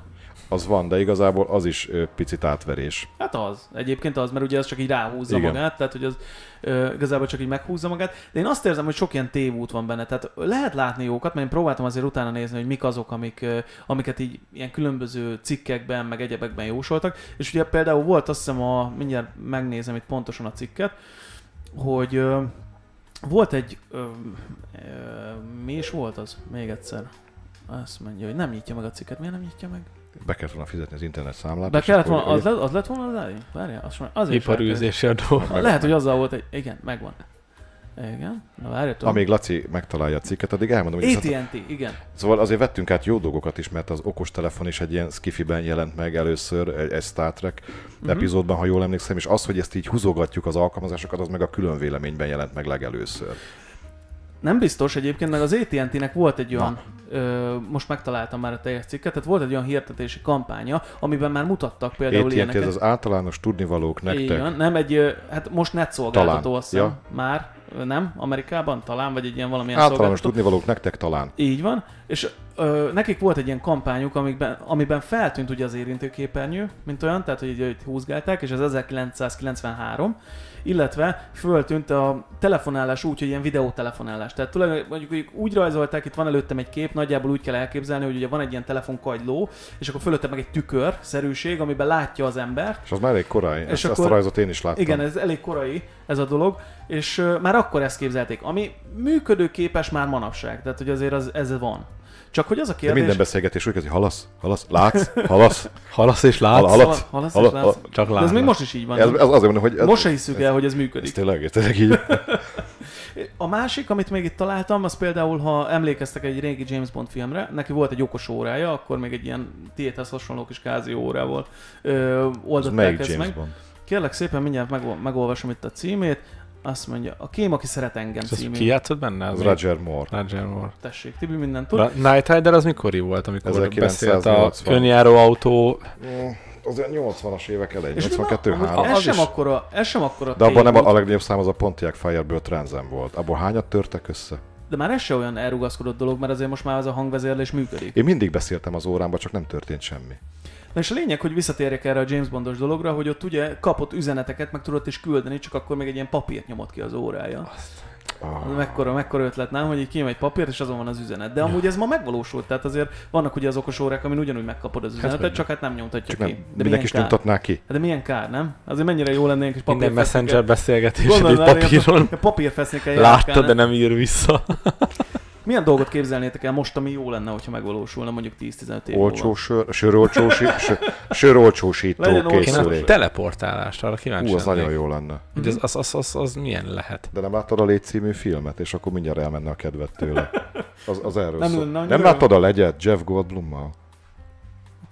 az van, de igazából az is ö, picit átverés.
Hát az. Egyébként az, mert ugye az csak így ráhúzza Igen.
Igen.
magát, tehát hogy az ö, igazából csak így meghúzza magát. De én azt érzem, hogy sok ilyen tévút van benne. Tehát lehet látni jókat, mert én próbáltam azért utána nézni, hogy mik azok, amik, ö, amiket így ilyen különböző cikkekben, meg egyebekben jósoltak. És ugye például volt azt hiszem, a, mindjárt megnézem itt pontosan a cikket, hogy ö, volt egy, ö, ö, mi is volt az? Még egyszer. Azt mondja, hogy nem nyitja meg a cikket. Miért nem nyitja meg?
Be kellett volna fizetni az internet számlát.
De
és
kellett
akkor-
volna, az, lett, az lett volna az elég? Várjál, azt mondja, azért is elkezdett.
iparűzési adó.
Meg-
Lehet, hogy azzal volt egy... Igen, megvan. Igen, na várjál, tudom.
Amíg Laci megtalálja a cikket, addig elmondom, hogy viszont...
AT&T, igen.
Szóval azért vettünk át jó dolgokat is, mert az okostelefon is egy ilyen skifiben jelent meg először, egy, egy Star Trek
Mhm.
uh-huh. epizódban, ha jól emlékszem, és az, hogy ezt így húzogatjuk az alkalmazásokat, az meg a külön véleményben jelent meg legelőször.
Nem biztos egyébként, meg az AT&T-nek volt egy olyan, ö, most megtaláltam már a teljes cikket, tehát volt egy olyan hirdetési kampánya, amiben már mutattak például
AT&T
ilyeneket.
ez az általános tudnivalók nektek.
Igen, nem egy, ö, hát most net szolgáltató
Talán,
azt hiszem, ja. már, ö, nem? Amerikában talán, vagy egy ilyen valamilyen
Általános
szolgáltató.
tudnivalók nektek talán.
Így van, és ö, nekik volt egy ilyen kampányuk, amikben, amiben feltűnt ugye az érintőképernyő, mint olyan, tehát hogy így, így húzgálták, és ez 1993, illetve föltűnt a telefonálás úgy, hogy ilyen videótelefonálás. Tehát tulajdonképpen mondjuk úgy rajzolták, itt van előttem egy kép, nagyjából úgy kell elképzelni, hogy ugye van egy ilyen telefonkagyló, és akkor fölötte meg egy tükör szerűség, amiben látja az embert,
És az már elég korai.
És
ezt, ezt a
akkor-
rajzot én is láttam.
igen, ez elég korai ez a dolog, és ö, már akkor ezt képzelték, ami működőképes már manapság, tehát hogy azért az, ez van. Csak hogy az a
De
kérdés...
minden beszélgetés úgy kezdi, halasz, halasz, látsz, halasz,
Halasz és látsz?
halasz, halasz, halasz,
halasz, halasz,
halasz,
halasz.
halasz.
Csak
de ez
látsz.
még most is így van.
Ez, ez azért mondom, hogy... Ez,
most se hiszük el, hogy ez
ez
működik.
tényleg, ez tényleg így.
A másik, amit még itt találtam, az például, ha emlékeztek egy régi James Bond filmre, neki volt egy okos órája, akkor még egy ilyen tiéthez hasonló kis kázi órával ö,
Ez
oldották
melyik
ezt
James
meg.
Bond?
Kérlek szépen, mindjárt megol- megolvasom itt a címét. Azt mondja, a kém, aki szeret engem
És azt
című.
ki játszott benne?
Az
Az
Roger Moore.
Roger Moore.
Tessék, Tibi mindent tud.
Ra- Night Rider az mikori volt, amikor beszélt a
1980.
önjáró autó?
Mm, Az olyan 80-as évek elején,
És mi van?
82
Amúgy
3
Ez
Az
sem
is.
akkora, ez sem akkora
De abban nem
tévút,
a, a legnagyobb szám az a Pontiac Firebird Transam volt. Abból hányat törtek össze?
De már ez se olyan elrugaszkodott dolog, mert azért most már az a hangvezérlés működik.
Én mindig beszéltem az órámban, csak nem történt semmi.
Na és a lényeg, hogy visszatérjek erre a James Bondos dologra, hogy ott ugye kapott üzeneteket, meg tudott is küldeni, csak akkor még egy ilyen papírt nyomott ki az órája.
Ah.
Mekkora, mekkora ötlet, nem, hogy így kém egy papírt, és azon van az üzenet. De amúgy ez ma megvalósult, tehát azért vannak ugye az okos órák, amin ugyanúgy megkapod az üzenetet,
hogyne.
csak hát nem nyomtatja
Csak
ki.
nem,
de
mindenki is
milyen kár.
nyomtatná ki.
Hát De milyen kár, nem? Azért mennyire jó lenne egy kis papír
Minden messenger beszélgetés egy
Gondolom,
papíron.
papírfesznékkel
Látta,
járkálnak.
de nem ír vissza.
Milyen dolgot képzelnétek el most, ami jó lenne, hogyha megvalósulna mondjuk 10-15 év
Olcsó
múlva?
sör, sörolcsósi, sör, sörolcsósító
Legyen olcsó.
Én a
készülék.
teleportálást arra kíváncsi
Hú, az
lennék.
nagyon jó lenne.
Hogy az, az, az, az, az milyen lehet?
De nem láttad a Légy című filmet, és akkor mindjárt elmenne a kedved tőle. Az, az erről
Nem
szól.
lenne annyira
nem láttad a legyet Jeff Goldblummal?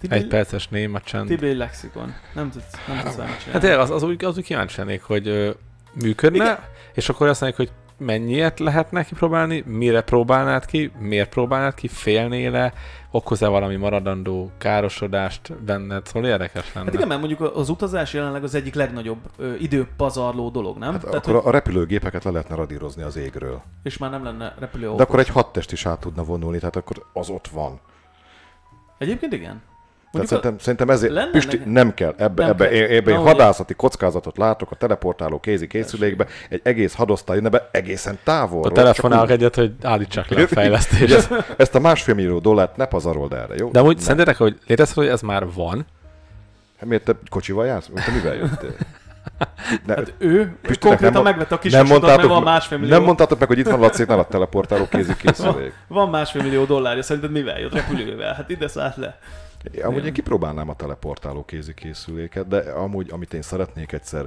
Tibi,
Egy perces néma csend.
Tibi egy lexikon. Nem tudsz, nem tudsz valamit
Hát
csinálni.
tényleg, az, az, úgy, az úgy kíváncsi lennék, hogy ö, működne, Igen. és akkor azt mondják, hogy mennyiért lehetne kipróbálni, mire próbálnád ki, miért próbálnád ki, félnéle, okoz-e valami maradandó károsodást benned, szóval érdekes lenne.
Hát igen, mert mondjuk az utazás jelenleg az egyik legnagyobb ö, időpazarló dolog, nem?
Hát
Tehát,
akkor
hogy,
a repülőgépeket le lehetne radírozni az égről.
és már nem lenne repülő
De akkor egy hadtest is át tudna vonulni, tehát akkor az ott van.
Egyébként igen.
Tehát
Mondjuk a,
szerintem, szerintem ezért
lenne
Pisti,
neki-
nem kell, ebbe,
Nem
ebbe,
kell.
kell. ebbe én
Na, ugye.
hadászati kockázatot látok a teleportáló kézi készülékbe, egy egész hadosztály jönne be egészen távol.
a telefonálok egyet, hogy állítsák le a fejlesztést.
ezt, ezt a másfél millió dollárt ne pazarold erre, jó?
De amúgy
Ne.
szerintetek, hogy létezhet, hogy ez már van?
Hát Miért te kocsival jársz? Te mivel jöttél? Ne,
hát ő
Pistinek
konkrétan
nem mond-
megvette a kis nem mert van másfél millió.
nem mondtátok meg, hogy itt van Lacéknál a teleportáló kézi készülék.
Van másfél millió dollárja, szerinted mivel jött? Repülővel. Hát ide szállt le.
Én Amúgy én kipróbálnám a teleportáló kézi készüléket, de amúgy, amit én szeretnék egyszer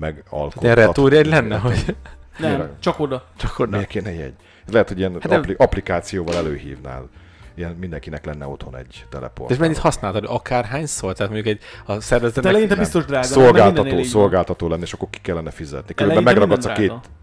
megalkotni.
Ilyen retúrjegy lenne, hogy
Nem,
Mire?
csak oda.
csak oda.
Miért kéne jegy? Ez lehet, hogy ilyen
Hát
hát
nem-
appli- applikációval előhívnál. Ilyen mindenkinek lenne otthon egy teleport.
És mennyit használtad? Akárhányszor? Tehát mondjuk egy, a
De
szervezetnek
eleinte biztos drága. nem? Mert mindennél
Szolgáltató,
így van.
szolgáltató lenne, és akkor ki kellene fizetni. Különben
Eleinte
megragadsz a két
minden drága.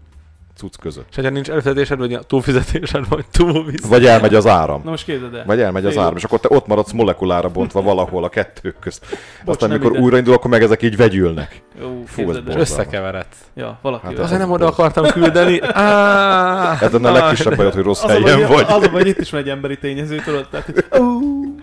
cucc között.
És ha nincs előfizetésed, vagy túlfizetésed, vagy túlvíz.
Vagy elmegy az áram.
Na most képzeld el.
Vagy elmegy az
Tényleg.
áram, és akkor te ott maradsz molekulára bontva valahol a kettő közt. Aztán,
nem
amikor
ide.
újraindul, akkor meg ezek így vegyülnek.
Jó,
Fú, ez
képzeld
És
el.
borzalmas.
összekeveredt.
Ja, valaki.
Hát
jött.
az
Azért nem oda akartam küldeni. Á,
Ez lenne a legkisebb bajod, hogy rossz
Az,
helyen
vagy,
vagy.
az, vagy itt is van egy emberi tényező, tudod? Tehát, hogy, ó,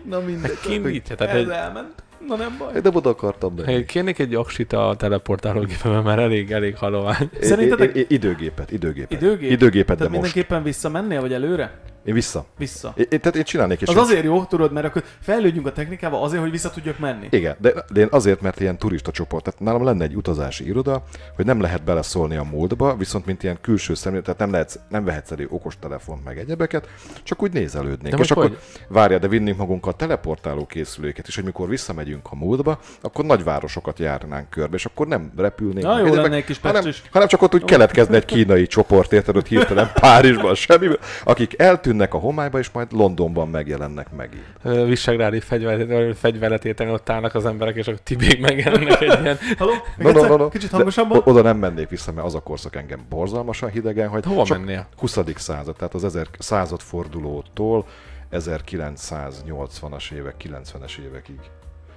na mindegy.
Kindítja, tehát
Ez
egy,
elment. Na nem baj.
De oda akartam menni.
egy, kérnék egy aksit a teleportálógépemben, mert elég, elég halovány.
É-
Szerintetek-
é- é- Időgépet, időgépet.
Időgép?
Időgépet, de most.
Tehát mindenképpen visszamennél, vagy előre?
Én vissza.
Vissza.
Én, én- tehát én csinálnék is.
Az azért jó, tudod, mert akkor fejlődjünk a technikába azért, hogy vissza tudjak menni.
Igen, de, de én azért, mert ilyen turista csoport, tehát nálam lenne egy utazási iroda, hogy nem lehet beleszólni a múltba, viszont mint ilyen külső szemlélő, tehát nem, lehetsz, nem vehetsz elő okostelefont meg egyebeket, csak úgy nézelődnénk.
De
És
most
akkor várja, de vinnénk magunkkal teleportáló készüléket, és hogy mikor visszamegyünk a múltba, akkor nagyvárosokat járnánk körbe, és akkor nem repülnénk.
Na,
meg
jó
egyebek,
lenne egy kis
hanem,
pecsis.
hanem csak ott úgy keletkezne egy kínai csoport, érted, ott hirtelen Párizsban semmiből, akik eltűnnek a homályba, és majd Londonban megjelennek megint.
Ö, Visegrádi fegyver- fegyverletéten ott állnak az emberek, és akkor Tibék megjelennek egy ilyen.
Halló?
No, no, no, no.
Kicsit
De
hangosabban?
o- Oda nem mennék vissza, mert az a korszak engem borzalmasan hidegen hagy.
Hova
Csak
mennél?
20. század, tehát az 1000 századfordulótól 1980-as évek, 90-es évekig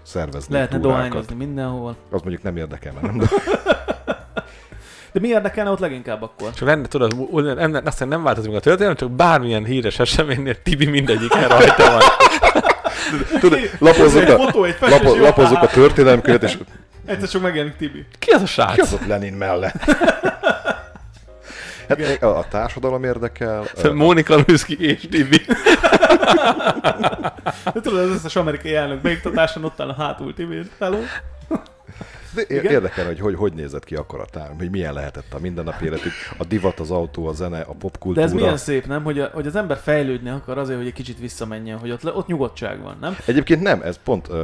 szervezni
Lehetne
túrákat.
dohányozni mindenhol.
Az mondjuk nem érdekel, mert nem
De mi érdekelne ott leginkább akkor?
Csak lenne, tudod, úgy- nem, nem- aztán nem változik meg a történelem, csak bármilyen híres eseménynél Tibi mindegyiken rajta van.
Tudod, lapozzuk
Egy
a,
fotó, egy festős,
lapo,
jó,
lapozzuk a
hát,
történelemkönyvet, és
Egyszer csak megjelenik Tibi.
Ki az a
ki
srác?
az ott Lenin mellett? Hát a a társadalom érdekel,
Szóval Mónika Lőszki és Tibi.
De tudod, az összes amerikai elnök beiktatáson ott áll a hátul Tibi. és Hello?
De é-
Igen?
érdekel, hogy, hogy hogy nézett ki akkor a tárgy, hogy milyen lehetett a mindennapi életük, a divat, az autó, a zene, a
De
popkultúra.
ez milyen szép, nem? Hogy, a, hogy az ember fejlődni akar azért, hogy egy kicsit visszamenjen, hogy ott, le, ott nyugodtság van, nem?
Egyébként nem, ez pont... ö,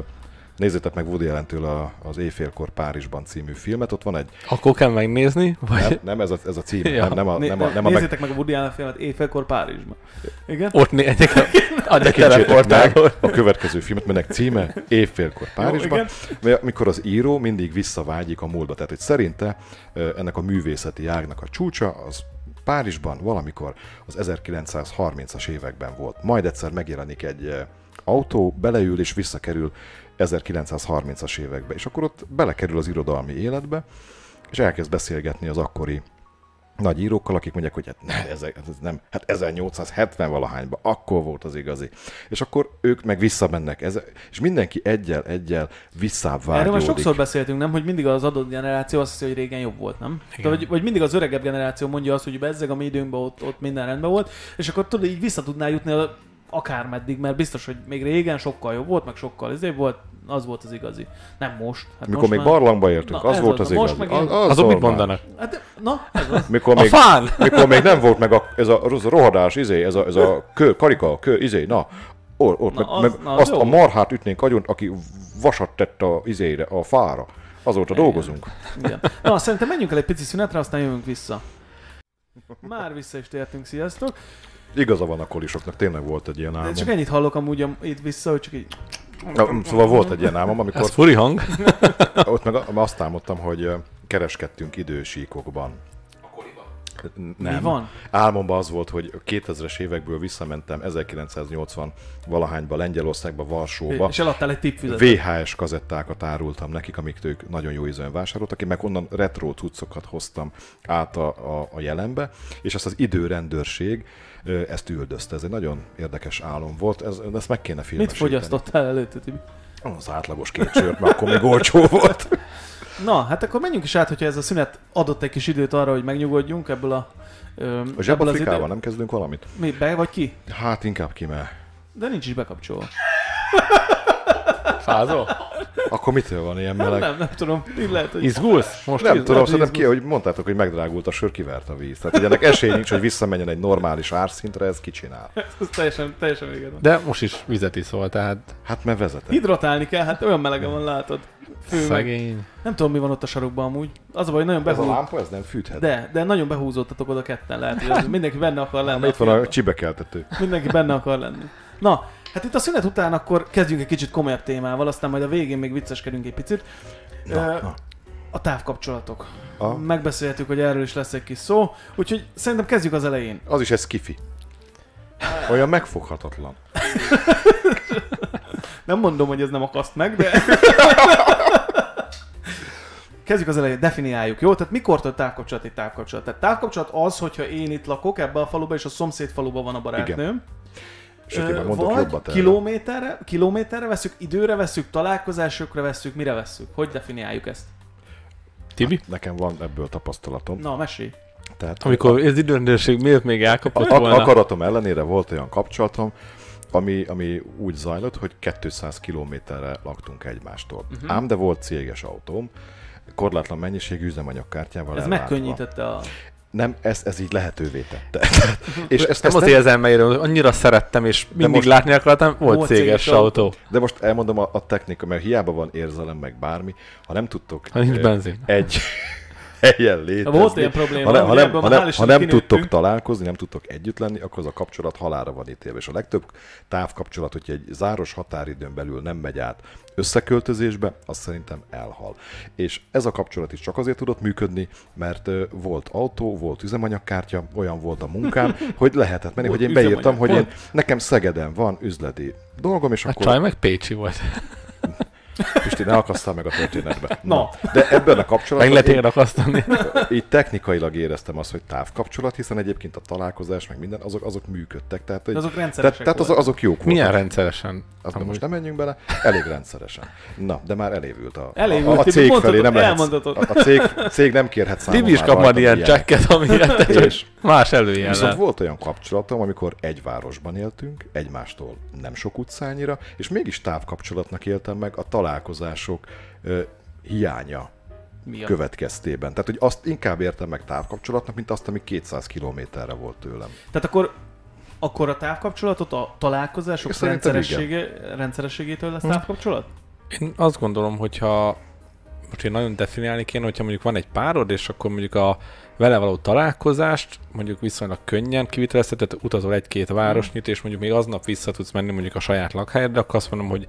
Nézzétek meg Woody Allentől a, az Éjfélkor Párizsban című filmet, ott van egy,
Akkor kell megnézni,
nem,
vagy
nem ez a, ez a cím,
Ja.
nem, nem a,
Né-
nem a, nem a meg,
nézzétek meg a Woody Allen filmet Éjfélkor Párizsban. Igen?
ott né- egy adj egy
tekintsétek meg
teleportálót.
a következő filmet, melynek címe Évfélkor Párizsban,
igen.
mert amikor az író mindig visszavágyik a múltba. Tehát, hogy szerinte ö, ennek a művészeti ágnak a csúcsa az Párizsban valamikor az 1930-as években volt. Majd egyszer megjelenik egy ö, autó, beleül és visszakerül 1930-as évekbe. És akkor ott belekerül az irodalmi életbe, és elkezd beszélgetni az akkori nagy írókkal, akik mondják, hogy hát ne, ezek, ez nem, hát 1870 valahányban, akkor volt az igazi. És akkor ők meg visszamennek, ez, és mindenki egyel, egyel
Erről már
visszávágyódik.
sokszor beszéltünk, nem? Hogy mindig az adott generáció azt hiszi, hogy régen jobb volt, nem? De, vagy, vagy mindig az öregebb generáció mondja azt, hogy bezzeg a mi időnkben ott, ott minden rendben volt, és akkor tudod, így vissza tudnál jutni a, akármeddig, mert biztos, hogy még régen sokkal jobb volt, meg sokkal ezért volt, az volt az igazi. Nem most. Hát
Mikor
most
még barlangba értünk,
Na,
az
ez
volt
az.
az
Most
igazi.
meg
Az-
ilyen-
az
Azok mit
normális.
mondanak?
Hát, na, ez az.
Mikor
A
még,
fán!
mikor még nem volt meg a, ez a roz- rohadás, izé, ez a, ez a kő, karika, kő, izé, na, ott, ott
Na,
na,
az-
meg, meg
na,
na,
az
azt
jó
a
volt.
marhát ütnénk agyon, aki vasat tett a izére, a fára. Azóta dolgozunk.
Igen. Na, szerintem menjünk el egy pici szünetre, aztán jövünk vissza. Már vissza is tértünk, sziasztok.
Igaza van a kolisoknak, tényleg volt egy ilyen
De
álmom.
csak ennyit hallok amúgy a, itt vissza, hogy csak így...
Na, Szóval volt egy ilyen álmom, amikor
Ez furi hang.
ott meg azt álmodtam, hogy ö, kereskedtünk idősíkokban. Nem.
Mi van?
Álmomban az volt, hogy 2000-es évekből visszamentem 1980 valahányba Lengyelországba, Varsóba.
És eladtál egy tippfüzetet.
VHS kazettákat árultam nekik, amik ők nagyon jó ízön vásároltak, én meg onnan retro cuccokat hoztam át a, a, a jelenbe, és ezt az időrendőrség ö, ezt üldözte. Ez egy nagyon érdekes álom volt, ez, ezt meg kéne
Mit
filmesíteni.
fogyasztottál előtte, Tibi?
Az átlagos két sört, mert akkor még olcsó volt.
Na, hát akkor menjünk is át, hogyha ez a szünet adott egy kis időt arra, hogy megnyugodjunk ebből a... Ö,
A
ebből az
zsebafrikával
idő-
nem kezdünk valamit?
Mi, be vagy ki?
Hát inkább kime.
De nincs is bekapcsolva.
Fázol?
Akkor mitől van ilyen meleg?
Nem, nem tudom. Így lehet, hogy...
Izgulsz? Most
Nem
izgulsz?
tudom, szerintem ki, hogy mondtátok, hogy megdrágult a sör, kivert a víz. Tehát hogy ennek esély nincs, hogy visszamenjen egy normális árszintre, ez kicsinál.
Ez teljesen, teljesen véged van.
De most is vizet iszol, tehát
Hát mert vezetek.
Hidratálni kell, hát olyan melege van, látod. Fő meg.
szegény.
Nem tudom, mi van ott a sarokban amúgy. Az a baj, nagyon
Ez a
behúz.
lámpa, ez nem fűthet.
De, de nagyon behúzódtatok oda ketten, lehet, hogy az mindenki benne akar lenni.
Na, itt van a
fiatal.
csibekeltető.
Mindenki benne akar lenni. Na, hát itt a szünet után akkor kezdjünk egy kicsit komolyabb témával, aztán majd a végén még vicceskedünk egy picit.
Na,
Ö,
na.
A távkapcsolatok.
A,
Megbeszéltük, hogy erről is lesz egy kis szó, úgyhogy szerintem kezdjük az elején.
az is ez kifi. Olyan megfoghatatlan.
Nem mondom, hogy ez nem akaszt meg, de... Kezdjük az elején, definiáljuk, jó? Tehát mikor a távkapcsolat egy távkapcsolat? Tehát távkapcsolat az, hogyha én itt lakok ebbe a faluba, és a szomszéd faluba van a barátnőm.
Sőt, én
Ö,
már mondok
Vagy
jobbat erre.
kilométerre, kilométerre veszük, időre veszük, találkozásokra veszük, mire veszük? Hogy definiáljuk ezt?
Tibi?
Nekem van ebből tapasztalatom.
Na, mesélj.
Tehát
Amikor ez időrendőrség miért még elkapott
a, a,
volna?
akaratom ellenére volt olyan kapcsolatom, ami, ami úgy zajlott, hogy 200 kilométerre laktunk egymástól.
Mhm.
Uh-huh. Ám de volt céges autóm, korlátlan mennyiségű üzemanyagkártyával
Ez
ellátva.
megkönnyítette a...
Nem, ez, ez így lehetővé tette. és ezt, ezt
Nem az
nem,
érzelmeire, hogy annyira szerettem, és mindig
most-
látni akartam, volt,
Volt
céges
céges autó.
autó.
de most elmondom a, a technika, mert hiába van érzelem, meg bármi, ha nem tudtok
Ha nincs
ö,
benzin.
egy helyen létezni.
Volt ilyen probléma,
ha nem, ha
ugye,
nem,
ebből
ha
már
nem,
hál'
ha nem
Istennek
tudtok
kinőttünk.
találkozni, nem tudtok együtt lenni, akkor az a kapcsolat halára van ítélve. És a legtöbb távkapcsolat, hogyha egy záros határidőn belül nem megy át összeköltözésbe, az szerintem elhal. És ez a kapcsolat is csak azért tudott működni, mert ö, volt autó, volt üzemanyagkártya, olyan volt a munkám, hogy lehetett menni,
Volt
hogy én beírtam,
üzemanyag,
hogy én,
pont.
nekem Szegeden van üzleti dolgom, és
A
akkor
Hát csaj meg Pécsi volt.
Pisti, ne akasztál meg a történetbe.
Na.
De ebben a
Meg
kapcsolatban
lehet én akasztani.
így technikailag éreztem azt, hogy távkapcsolat, hiszen egyébként a találkozás, meg minden, azok, azok működtek. Tehát, hogy,
De azok rendszeresek
tehát, tehát azok, azok jók
Milyen
voltak.
rendszeresen?
Azt
Amúgy.
most nem menjünk bele, elég rendszeresen. Na, de már elévült a,
Elévült,
a, a
Tibi,
cég
mondhatod,
felé, nem lehet,
elmondhatod.
a, a cég, cég, nem kérhet számon
Tibi is
már
kap majd
rajtam
ilyen
ilyenek.
csekket, ami
És-
és más
Viszont
előjellel.
volt olyan kapcsolatom, amikor egy városban éltünk, egymástól nem sok utcányira, és mégis távkapcsolatnak éltem meg a találkozások ö, hiánya
Miatt.
következtében. Tehát, hogy azt inkább értem meg távkapcsolatnak, mint azt, ami 200 kilométerre volt tőlem.
Tehát akkor akkor a távkapcsolatot a találkozások
Szerintem Hm.
rendszeressége, rendszerességétől lesz távkapcsolat?
Én azt gondolom, hogyha most én nagyon definiálni kéne, hogyha mondjuk van egy párod, és akkor mondjuk a vele való találkozást mondjuk viszonylag könnyen kivitelezheted, utazol egy-két városnyit, és mondjuk még aznap vissza tudsz menni mondjuk a saját lakhelyedre, akkor azt mondom, hogy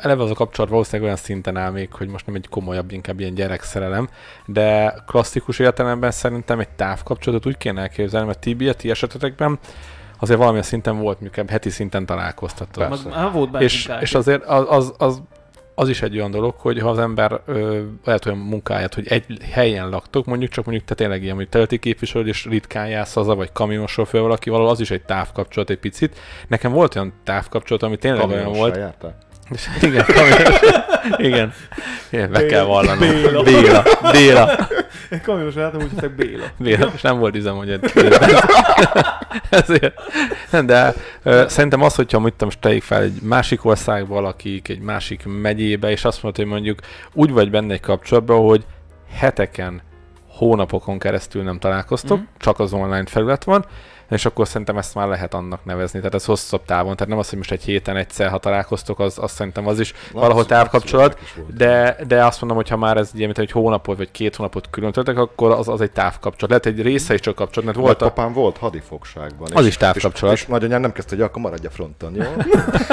eleve az a kapcsolat valószínűleg olyan szinten áll még, hogy most nem egy komolyabb, inkább ilyen gyerekszerelem, de klasszikus értelemben szerintem egy távkapcsolatot úgy kéne elképzelni, mert Tibi, a ti esetetekben azért valamilyen sten volt, mondjuk heti szinten találkoztatok.
Meg, hát volt
És,
benzinkártya.
és azért az, az, az az is egy olyan dolog, hogy ha az ember ö, lehet olyan munkáját, hogy egy helyen laktok, mondjuk csak mondjuk te tényleg ilyen, hogy területi képviselő, és ritkán jársz haza, vagy kamionsofőr valaki, valahol az is egy távkapcsolat egy picit. Nekem volt olyan távkapcsolat, ami tényleg olyan volt.
jártál?
És, igen, kamion... igen. Igen, be kell vallanom.
Béla.
Béla. Béla.
Egy kamionos látom, úgy hittek Béla.
Véletlen, és nem volt üzem, hogy egy- ezért. De ö, szerintem az, hogyha mondtam, most tegyük fel egy másik országba valakik, egy másik megyébe, és azt mondod, hogy mondjuk úgy vagy benne egy kapcsolatban, hogy heteken, hónapokon keresztül nem találkoztok,
Mhm.
mm-hmm. csak az online felület van, és akkor szerintem ezt már lehet annak nevezni, tehát ez hosszabb távon, tehát nem az, hogy most egy héten egyszer, ha találkoztok, az, az szerintem az is valahol távkapcsolat, de, de azt mondom, hogy ha már ez ilyen, mint egy hónapot vagy két hónapot külön töltek, akkor az, az egy távkapcsolat. Lehet egy része is csak kapcsolat, mert
Volt
volt a...
apám volt hadifogságban.
Az
és-
is távkapcsolat.
És, és nagyanyám nem kezdte, hogy akkor maradj a fronton, jó?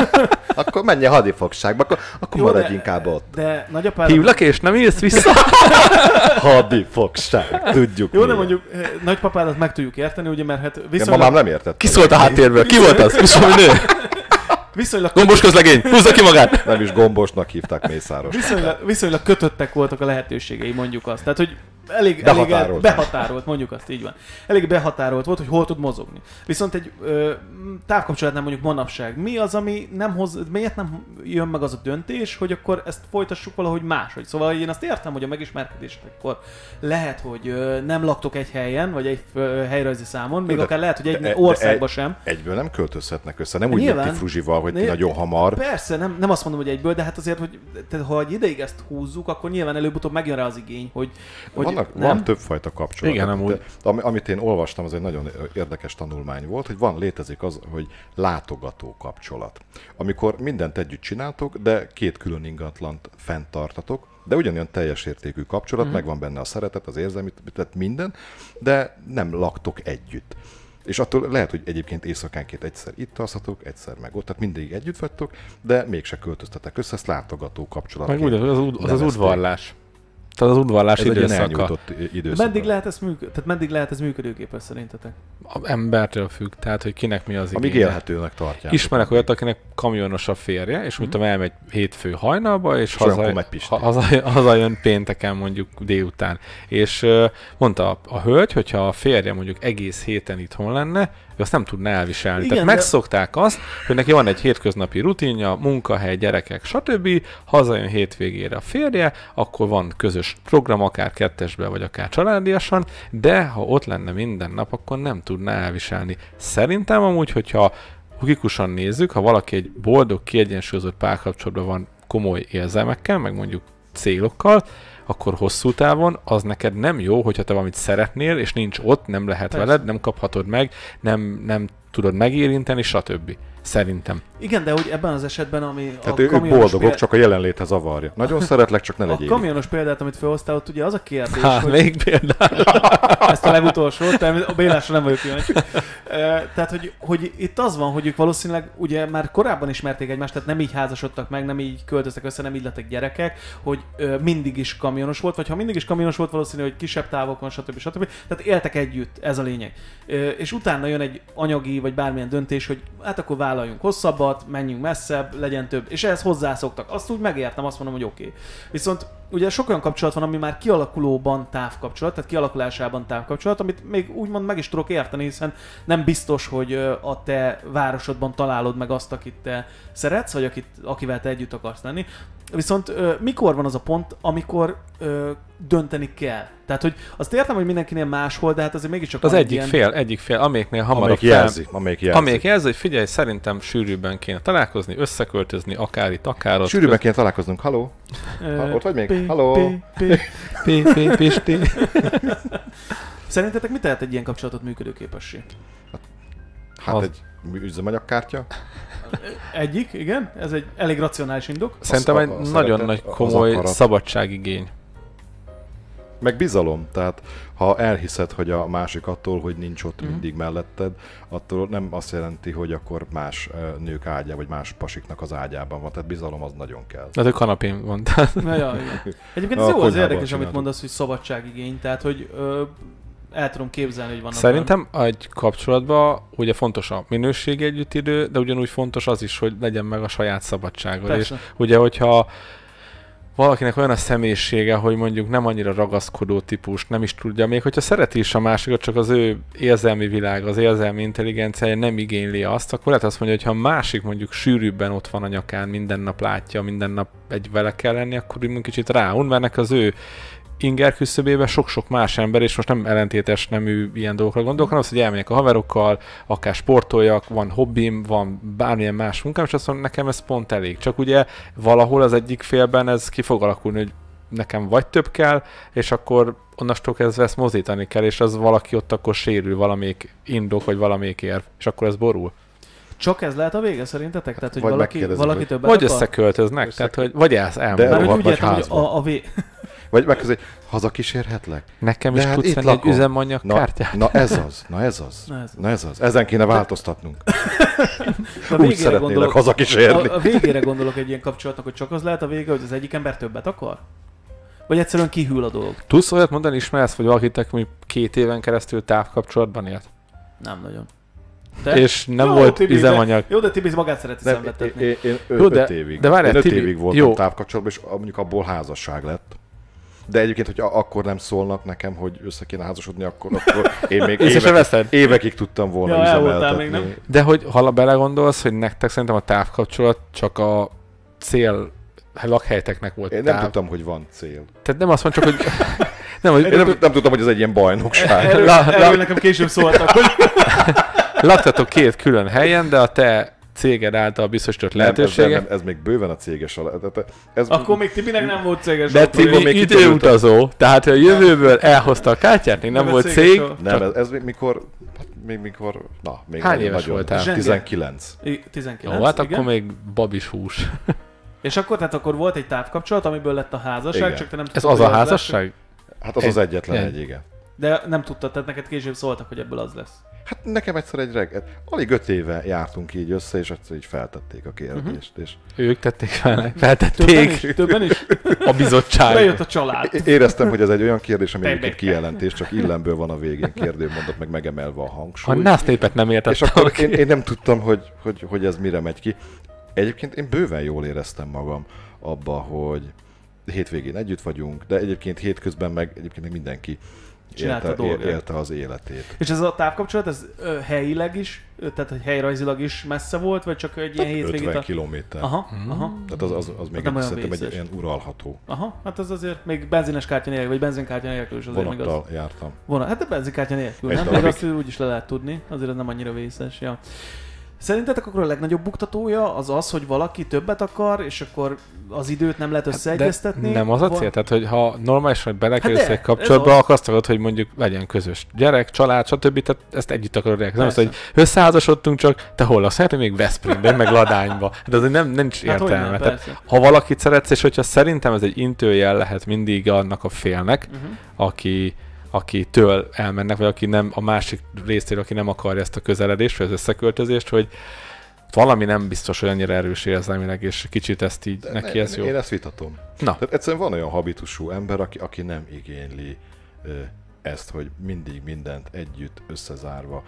akkor menj a hadifogságba, akkor, akkor
Jó,
maradj
de-
inkább ott.
De nagyapád...
Hívlak és nem írsz vissza?
Hadifogság, tudjuk.
Jó,
mi.
de mondjuk eh, nagypapádat meg tudjuk érteni, ugye, mert hát
De
viszonylag,
mamám nem értett.
Ki szólt a háttérből? Ki volt az? Köszönöm, nő!
viszonylag,
Gombos közlegény! Húzza ki magát!
Nem is gombosnak hívták Mészáros.
viszonylag, viszonylag, kötöttek voltak a lehetőségei, mondjuk azt. Tehát, hogy elég, elég
Behatárolt.
behatárolt, mondjuk azt, így van. Elég behatárolt volt, hogy hol tud mozogni. Viszont egy ö, m, távkapcsolatnál mondjuk manapság, mi az, ami nem hoz, miért nem jön meg az a döntés, hogy akkor ezt folytassuk valahogy máshogy. Szóval én azt értem, hogy a megismerkedésekkor lehet, hogy ö, nem laktok egy helyen, vagy egy ö, helyrajzi számon, még
De-
akár lehet, hogy egy
de- e- de-
országba
egy-
sem.
Egyből nem költözhetnek össze, nem úgy, mint
Nyilván.
ti Fruzsival, hogy ti
Né-
nagyon hamar.
Persze, nem, nem azt mondom, hogy egyből, de hát azért, hogy tehát, ha egy ideig ezt húzzuk, akkor nyilván előbb-utóbb megjön rá az igény, hogy, hogy
Vannak,
nem?
van többfajta kapcsolat.
Igen, amúgy.
De, ami, amit én olvastam, az egy nagyon ö, érdekes tanulmány volt, hogy van, létezik az, hogy látogató kapcsolat. Amikor mindent együtt csináltok, de két külön ingatlant fenntartatok, de ugyanolyan teljes értékű kapcsolat,
Mhm.
mm. megvan benne a szeretet, az érzelmi, tehát minden, de nem laktok együtt. És attól lehet, hogy egyébként éjszakánként egyszer itt alszatok, egyszer meg ott, tehát mindig együtt vagytok, de mégse költöztetek össze, ezt látogató kapcsolat.
Meg úgy, az, ud- az, az udvarlás. Tehát az udvarlás
Ez egy ilyen
időszaka.
elnyújtott ö, időszak.
Meddig lehet, ez működ, tehát meddig lehet ez működőképes szerintetek?
A embertől függ, tehát hogy kinek mi az
Amíg
igénye.
élhetőnek tartják.
Ismerek olyat, akinek kamionos a férje, és mit tudom, elmegy hétfő hajnalba, és,
olyankor
haza,
megy Pisti.
ha- haza, hazajön pénteken mondjuk délután. És ö, mondta a, a hölgy, hogyha a férje mondjuk egész héten itthon lenne, ő azt nem tudná elviselni.
Igen,
Igen, Tehát
de-
megszokták azt, hogy neki van egy hétköznapi rutinja, munkahely, gyerekek, stb. Hazajön hétvégére a férje, akkor van közös program, akár kettesbe, vagy akár családiasan, de ha ott lenne minden nap, akkor nem tudná elviselni. Szerintem amúgy, hogyha logikusan nézzük, ha valaki egy boldog, kiegyensúlyozott párkapcsolatban van komoly érzelmekkel, meg mondjuk célokkal, akkor hosszú távon az neked nem jó, hogyha te valamit szeretnél, és nincs ott, nem lehet
Persze.
Persze. veled, nem kaphatod meg, nem, nem tudod megérinteni, stb. Szerintem.
Igen, de hogy ebben az esetben, ami
Tehát ők
kamionos
boldogok,
példá-
csak a jelenléthez zavarja. Nagyon szeretlek, csak ne
a
legyél.
kamionos példát, amit felhoztál, ott ugye az a kérdés,
Hát,
Há,
hogy
még például.
ezt a legutolsó, természetesen- a Bélásra nem vagyok kíváncsi. Ö, Tehát, hogy, hogy itt az van, hogy ők valószínűleg ugye már korábban ismerték egymást, tehát nem így házasodtak meg, nem így költöztek össze, nem így lettek gyerekek, hogy ö, mindig is kamionos volt, vagy ha mindig is kamionos volt, valószínű, hogy kisebb távokon, stb. stb. Tehát éltek együtt, ez a lényeg. Ö, És utána jön egy anyagi vagy bármilyen döntés, hogy hát akkor vállaljunk hosszabbat, menjünk messzebb, legyen több. És ehhez hozzászoktak. Azt úgy megértem, azt mondom, hogy oké. Okay. Viszont ugye sok olyan kapcsolat van, ami már kialakulóban távkapcsolat, tehát kialakulásában távkapcsolat, amit még úgymond meg is tudok érteni, hiszen nem biztos, hogy ö, a te városodban találod meg azt, akit te szeretsz, vagy akit, akivel te együtt akarsz lenni. Viszont ö, mikor van az a pont, amikor ö, dönteni kell? Tehát, hogy azt értem, hogy mindenkinél máshol, de hát azért mégiscsak
Az
van egy
egyik fél, egyik fél, amelyiknél hamarabb
Amelyik
fel,
jelzi, amelyik jelzi.
amelyik jelzi, hogy figyelj, szerintem sűrűbben kéne találkozni, összeköltözni, akár itt, akár ott.
Sűrűbben kéne találkoznunk, haló?
Ö,
Ha, ott vagy még?
pi,
Halló?
pi, pi.
Pi, pi, pisti.
Hát
Szerintetek mi tehet egy ilyen kapcsolatot működőképessé?
Hát
Az.
egy üzemanyagkártya.
Egyik, igen, ez egy elég racionális indok.
Szerintem
a-
egy
a
nagyon
szeretet,
nagy
az
komoly
akarat.
szabadságigény.
Meg bizalom, tehát ha elhiszed, hogy a másik attól, hogy nincs ott mindig melletted, attól nem azt jelenti, hogy akkor más ö, nők ágyá, vagy más pasiknak az ágyában van. Tehát bizalom az nagyon kell.
Hát a kanapén van. tehát-
Na, ja, igen. Egyébként
Na,
ez
a
jó, az
konyhában
érdekes, amit
csináltuk.
mondasz, hogy szabadságigény, tehát hogy ö, el tudom képzelni, hogy vannak
Szerintem egy kapcsolatban ugye fontos a minőségi együttidő, de ugyanúgy fontos az is, hogy legyen meg a saját szabadságod.
Persze.
És ugye, hogyha valakinek olyan a személyisége, hogy mondjuk nem annyira ragaszkodó típus, nem is tudja, még hogyha szereti is a másikat, csak az ő érzelmi világ, az érzelmi intelligenciája nem igényli azt, akkor lehet azt mondja, hogy ha a másik mondjuk sűrűbben ott van a nyakán, minden nap látja, minden nap egy vele kell lenni, akkor úgy kicsit ráun, mert ennek az ő inger küszöbébe sok-sok más ember, és most nem ellentétes nemű ilyen dolgokra gondolok, hanem az, hogy elmegyek a haverokkal, akár sportoljak, van hobbim, van bármilyen más munkám, és azt mondom, nekem ez pont elég. Csak ugye valahol az egyik félben ez ki fog alakulni, hogy nekem vagy több kell, és akkor onnastól kezdve ezt mozdítani kell, és az valaki ott akkor sérül valamelyik indok, vagy valamelyik érv, és akkor ez borul.
Csak ez lehet a vége szerintetek? Tehát, hogy
Vagy
valaki,
megkérdezik,
valaki
hogy-
többet
Vagy
akar?
összeköltöznek, tehát hogy vagy elsz
De-
elmondani.
Már úgy
vagy
értem, hogy
házba.
a, a vé...
Vagy megközelít, hazakísérhetlek?
Nekem is
De hát
tudsz
itt
venni egy
lakom.
üzemanyag
Na,
kártyát?
na ez az, na ez az.
Na ez az.
Na ez az. Ezen kéne változtatnunk.
Na,
Úgy szeretnélek hazakísérni.
a, a végére gondolok egy ilyen kapcsolatnak, hogy csak az lehet a vége, hogy az egyik ember többet akar? Vagy egyszerűen kihűl a dolog?
Tudsz olyat mondani, ismersz, hogy valakit, aki mondjuk két éven keresztül távkapcsolatban élt?
Nem nagyon.
De?
De?
És nem
Jó,
volt
Tibi,
üzemanyag.
De, jó, de Tibi magát szereti
Nem,
szenvedtetni.
én, én,
Jó,
jó,
de-
öt évig.
de várjál,
én öt
Tibi,
évig voltam
jó.
jó. távkapcsolatban, és mondjuk abból házasság lett. De egyébként, hogy a- akkor nem szólnak nekem, hogy össze kéne házasodni, akkor, akkor én még
Észre se
évekig,
veszed?
évekig tudtam volna
Ja,
ja,
el voltál
üzemeltetni.
még, nem?
De hogy ha belegondolsz, hogy nektek szerintem a távkapcsolat csak a cél lakhelyteknek volt
Én nem
táv.
tudtam, hogy van cél.
Tehát nem azt mondom, csak hogy... nem, hogy
Én nem, nem tudtam, hogy ez egy ilyen bajnokság.
Erről,
La- la-
erről nekem később szóltak, hogy
laktatok két külön helyen, de a te céged által biztosított
Nem, ez, nem,
lehetőségek.
nem, ez még bőven a céges alatt. Tehát ez,
akkor még Tibinek nem volt céges.
De
autója.
Tibi-
Tibi
még
időutazó, tehát a jövőből elhozta a kártyát, még nem
Nem
volt
a céges
cég.
autó.
nem, ez, ez még mikor, hát még mikor, na, még
Hány
nagyon-
éves
nagyon-
voltál?
Zsenge.
19.
I- 19,
Jó, hát
igen.
akkor még babis hús.
És akkor, tehát akkor volt egy távkapcsolat, amiből lett a házasság,
Igen.
csak te nem
Ez
tudtad,
az
hogy
a
lesz.
házasság?
Hát az az
Egy-
egyetlen
egy.
egy, igen.
De nem tudtad, tehát neked később szóltak, hogy ebből az lesz.
Hát nekem egyszer egy reggel, alig öt éve jártunk így össze, és egyszer így feltették a kérdést.
Mhm.
És
Ők tették fel,
Többen
feltették
is, többen is.
a bizottság.
Bejött a család.
é- éreztem, hogy ez egy olyan kérdés, ami
Te
egyébként
be-
kijelentés, csak illemből van a végén kérdőmondat, meg megemelve a hangsúly.
A NASZ népet nem
és akkor
értettem.
én, én nem tudtam, hogy, hogy, hogy ez mire megy ki. Egyébként én bőven jól éreztem magam abba, hogy hétvégén együtt vagyunk, de egyébként hétközben meg egyébként meg mindenki
Csinálta
élte,
dolgát.
élte az életét.
És ez a távkapcsolat, ez ö, helyileg is, ö, tehát hogy helyrajzilag is messze volt, vagy csak egy ilyen hétvégét?
50
A...
kilométer.
Aha, aha,
Tehát az, az, az még
nem
egy,
olyan
szerintem egy
vészes.
ilyen uralható
aha, hát az azért még benzines kártya nélkül, vagy benzinkártya nélkül is azért még az.
vonattal jártam.
Vonat, hát de benzinkártya nélkül,
Egy
nem? Még
darabig.
azt úgy is le lehet tudni, azért ez nem annyira vészes, ja. Szerintetek akkor a legnagyobb buktatója az az, hogy valaki többet akar, és akkor az időt nem lehet összeegyeztetni?
Hát De nem az a
Vagy-
cél, tehát hogy ha normálisan belekerülsz
Hát de,
egy
ez
kapcsolatba,
az.
akkor azt akarod, hogy mondjuk legyen közös gyerek, család, stb. Tehát ezt együtt akarod élni. Nem az,
Persze.
hogy összeházasodtunk csak, te hol laksz? Hát én még Veszprémben, meg Ladányba. Hát azért nem, nincs
Hát hogy
értelme.
nem,
Tehát
persze.
ha valakit szeretsz, és hogyha szerintem ez egy intőjel lehet mindig annak a félnek,
Mhm.
aki akitől elmennek, vagy aki nem a másik részéről, aki nem akarja ezt a közeledést, vagy az összeköltözést, hogy valami nem biztos, hogy annyira erős érzelmileg, és kicsit ezt így
De
neki
ne-
ez jó.
Én ezt vitatom.
Na,
Tehát egyszerűen van olyan habitusú ember, aki, aki nem igényli ö, ezt, hogy mindig mindent együtt összezárva.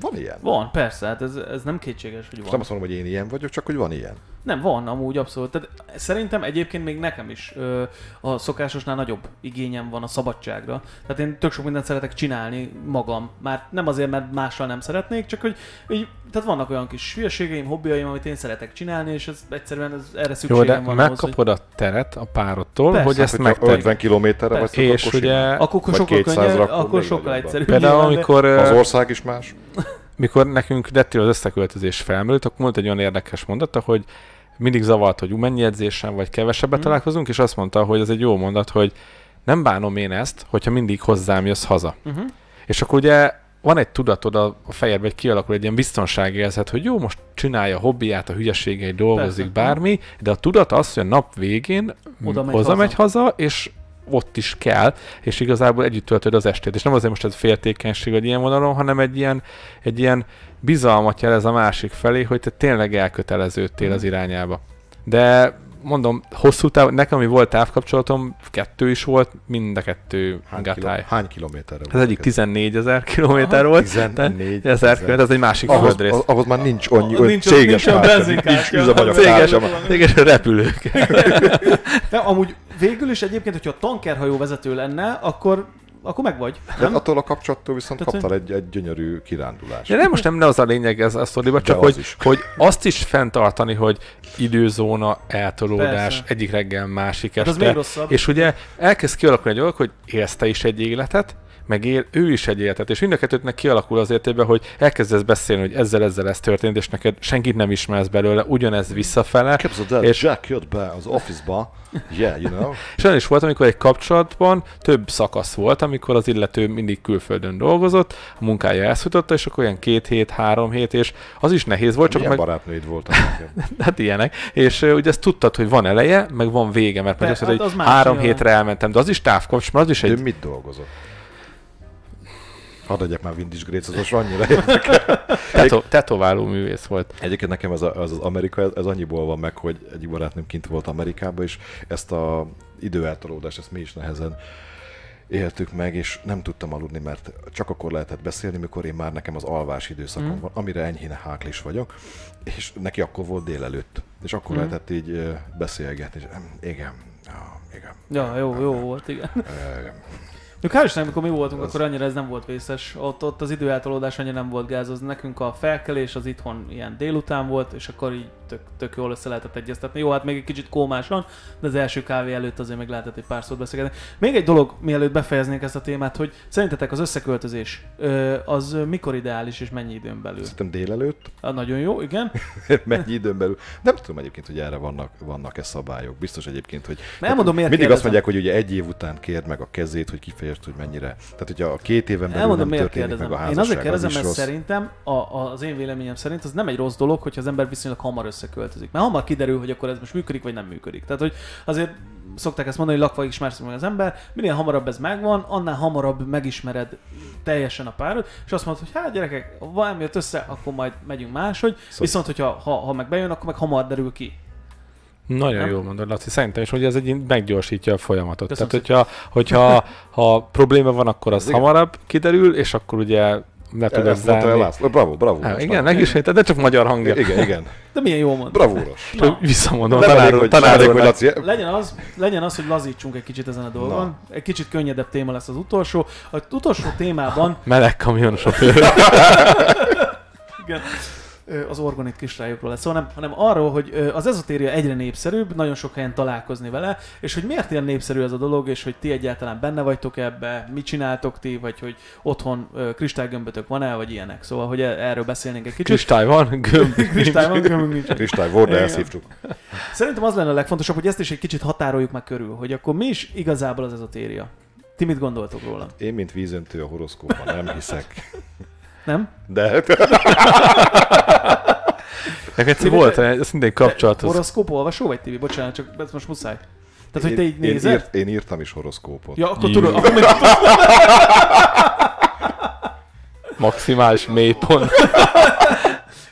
Van ilyen.
Van, persze, hát ez, ez nem kétséges, hogy
Most nem
van.
azt mondom, hogy én ilyen vagyok, csak hogy van ilyen.
Nem, van amúgy abszolút. Tehát szerintem egyébként még nekem is ö, a szokásosnál nagyobb igényem van a szabadságra. Tehát én tök sok mindent szeretek csinálni magam. Már nem azért, mert mással nem szeretnék, csak hogy így, tehát vannak olyan kis hülyeségeim, hobbiaim, amit én szeretek csinálni, és ez egyszerűen ez, erre
Jó,
szükségem
de
van ahhoz,
megkapod a teret a párodtól,
Persze.
hogy
Hát,
ezt
Hogyha
megtedd.
50 kilométerre vagy,
Persze.
akkor
És
simán.
ugye
hogy... Akkor
Vagy
sokkal
200-ra,
könnyebb,
akkor
akkor
még
sokkal
nagyobb.
egyszerűbb.
például
nyilván, de-
amikor,
Az
ö,
ország is más.
mikor nekünk lettél az összeköltözés felmerült, akkor volt egy olyan érdekes mondata, hogy mindig zavart, hogy ú, mennyi edzésen vagy kevesebbet
Mhm.
találkozunk, és azt mondta, hogy ez egy jó mondat, hogy nem bánom én ezt, hogyha mindig hozzám jössz haza.
Mhm.
És akkor ugye van egy tudatod a a fejedben, hogy kialakul egy ilyen biztonságérzet, hogy jó, most csinálja a hobbiját, a hülyeségeit, dolgozik,
Persze.
bármi, de a tudat az, hogy a nap végén
Oda megy
Mm. hozzá megy haza, és ott is kell, és igazából együtt töltöd az estét. És nem azért most ez féltékenység, vagy ilyen vonalon, hanem egy ilyen, egy ilyen
Mm.
bizalmat jelez a másik felé, hogy te tényleg elköteleződtél az irányába. De mondom, hosszú táv, nekem ami volt távkapcsolatom, kettő is volt, mind a kettő
Hány, kiló,
gátály.
hány kilométerre
Az egyik 14 ezer kilométer volt,
14
ezer kilométer, ez egy másik
ahhoz,
földrész.
ahhoz, ahhoz már nincs annyi,
Ah,
hogy
nincs-
céges
nincsen
társa, nincs
benzinkártya.
Céges,
üzemanyagtársa.
Céges-
céges repülők.
De amúgy végül is egyébként, hogyha a tankerhajó vezető lenne, akkor, akkor meg vagy.
De attól a kapcsolattól viszont
Tehát,
kaptál egy, egy gyönyörű kirándulást.
Ja, nem, most nem, nem az a lényeg ez a sztoriba,
De
csak
az
hogy,
is.
hogy azt is fenntartani, hogy időzóna, eltolódás,
Persze.
egyik reggel, másik
Hát
este.
az még rosszabb.
És ugye elkezd kialakulni egy dolog, hogy élsz te is egy életet, meg él ő is egy életet, és mind a kettőtnek kialakul az életében, hogy elkezdesz beszélni, hogy ezzel, ezzel ez történt, és neked senkit nem ismersz belőle, ugyanez visszafele.
Képzeld el,
És-
és... Jack jött be az office-ba, yeah, you know,
És olyan is volt, amikor egy kapcsolatban több szakasz volt, amikor az illető mindig külföldön dolgozott, a munkája elszújtotta, és akkor olyan két hét, három hét, és az is nehéz volt, csak
milyen
meg,
barátnőid voltak nekem.
hát ilyenek. És ö, ugye ezt tudtad, hogy van eleje, meg van vége, mert meg
Te-
azt
hát
mondod,
az
hogy
más
három
nyilván.
hétre elmentem, de az is távkapcs, mert az is
Ő
egy...
mit dolgozott? Hadd adjak már Windies Grace, az most annyira érdekel.
Teto- tetováló művész volt.
Egyébként nekem ez, a, ez az Amerika, ez, ez annyiból van meg, hogy egy barátnőm kint volt Amerikában, és ezt a időeltolódást, ezt mi is nehezen éltük meg, és nem tudtam aludni, mert csak akkor lehetett beszélni, mikor én már nekem az alvás időszakom van, amire enyhén háklis vagyok, és neki akkor volt délelőtt, és akkor lehetett így ö, beszélgetni, és em, igen, ah, igen,
Ja, jó, jó volt, igen.
ö, igen.
Még Hál' Istennek, amikor mi voltunk, akkor annyira ez nem volt vészes. Ott, ott az időeltolódás annyira nem volt gáz, az nekünk a felkelés az itthon ilyen délután volt, és akkor így tök, tök jól össze lehetett egyeztetni. Jó, hát még egy kicsit kómásan, de az első kávé előtt azért még lehetett egy pár szót beszélgetni. Még egy dolog, mielőtt befejeznénk ezt a témát, hogy szerintetek az összeköltözés ö, az ö, mikor ideális és mennyi időn belül?
Szerintem délelőtt,
Ah, nagyon jó, igen.
mennyi időn belül. Nem tudom egyébként, hogy erre vannak, vannak-e szabályok. Biztos egyébként, hogy
Na, elmondom, miért
mindig azt
kérdezem.
mondják, hogy ugye egy év után kérd meg a kezét, hogy kifejezd, hogy mennyire. Tehát, hogyha a két éven belül
Elmondom,
nem
miért
történik
kérdezem.
meg a
Én
házasság,
azért kérdezem,
az is
mert
rossz.
szerintem, a, a, az én véleményem szerint az nem egy rossz dolog, hogyha az ember viszonylag hamar összeköltözik. Mert hamar kiderül, hogy akkor ez most működik, vagy nem működik. Tehát, hogy azért szokták ezt mondani, hogy lakva ismersz meg az ember, minél hamarabb ez megvan, annál hamarabb megismered teljesen a párod, és azt mondod, hogy hát gyerekek, ha valami jött össze, akkor majd megyünk máshogy, szóval. viszont hogyha ha, ha meg bejön, akkor meg hamar derül ki.
Nagyon
Nem?
jól mondod, Laci, szerintem is, hogy ez egy meggyorsítja a folyamatot.
Köszönöm
Tehát, hogyha, hogyha ha probléma van, akkor az
Ez igen.
hamarabb kiderül, és akkor ugye le tudod
Ezt mondta el
zárni.
László. Bravo, bravo.
Hát,
most
igen,
már.
megismételt, de csak magyar hangja.
igen, igen.
De milyen jól mondod.
Bravúros.
Csak Visszamondom,
Nem elég,
tanár,
hogy,
tanár
tanár, hogy
úrnak.
Laci,
Legyen az, legyen az, hogy lazítsunk egy kicsit ezen a dolgon. Egy kicsit könnyedebb téma lesz az utolsó. Az utolsó témában
Meleg kamionsofőr.
igen, ö, az organit kisrályokról lesz, szóval nem, hanem arról, hogy ö, az ezotéria egyre népszerűbb, nagyon sok helyen találkozni vele, és hogy miért ilyen népszerű ez a dolog, és hogy ti egyáltalán benne vagytok ebbe, mit csináltok ti, vagy hogy otthon ö, kristálygömbötök van-e, vagy ilyenek. Szóval, hogy e- erről beszélnénk egy kicsit.
Kristály van, gömb.
Kristály van, gömbünk nincs.
Kristály, Vorda,
Igen.
elszívcsuk.
Szerintem az lenne a legfontosabb, hogy ezt is egy kicsit határoljuk meg körül, hogy akkor mi is igazából az ezotéria. Ti mit gondoltok róla?
Én, mint vízöntő a horoszkóban nem hiszek.
Nem?
De
Hát,
Nekem egyszer volt, ez minden kapcsolatos.
Horoszkóp olvasó vagy, Tibi? Bocsánat, csak ez most muszáj. Tehát, hogy
én,
te így
én,
nézed?
írt, én írtam is horoszkópot.
Ja, akkor
Jú.
tudod, akkor még
Maximális mélypont.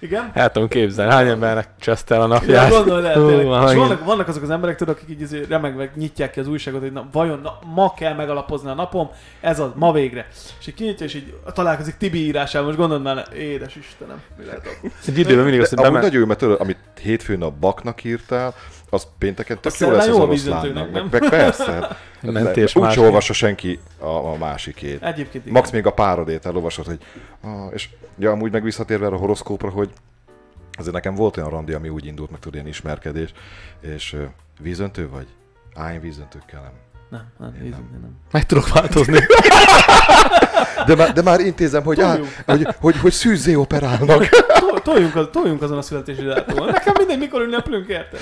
Igen?
El tudom képzelni, hány embernek csesztel a
Ja,
napját.
gondolod el,
Hú,
tényleg.
van,
És
igen.
vannak, vannak azok az emberek, tudod, akik így izé remegve nyitják ki az újságot, hogy na, vajon na, ma kell megalapozni a napom, ez az, ma végre. És így kinyitja, és így találkozik Tibi írásával, most gondold már, édes Istenem, mi lehet abból?
Egy időben mindig azt
De amúgy
bement.
nagyon jó, mert tudod, amit hétfőn a baknak írtál, az pénteken tök
Azt
jó
ellen
lesz az
jó a
oroszlánnak.
vízöntőnek,
Meg,
nem?
meg persze. hát
Mentés
Úgy
más-
se olvassa senki a, a másikét.
Egyébként igen.
Max még a párodét elolvasott, hogy ah, és ja, amúgy meg visszatérve erre a horoszkópra, hogy azért nekem volt olyan randi, ami úgy indult, meg tudod, ilyen ismerkedés, és ö, vízöntő vagy? Á, én vízöntőkkel nem.
Nem, nem,
Én
így,
nem.
nem.
Meg tudok változni.
De, már, de már intézem, hogy, á,
Tudjuk.
hogy, hogy, hogy szűzzé operálnak.
Tol- Toljunk, az, toljunk azon a születési dátumon. Nekem mindegy, mikor ünneplünk, érted?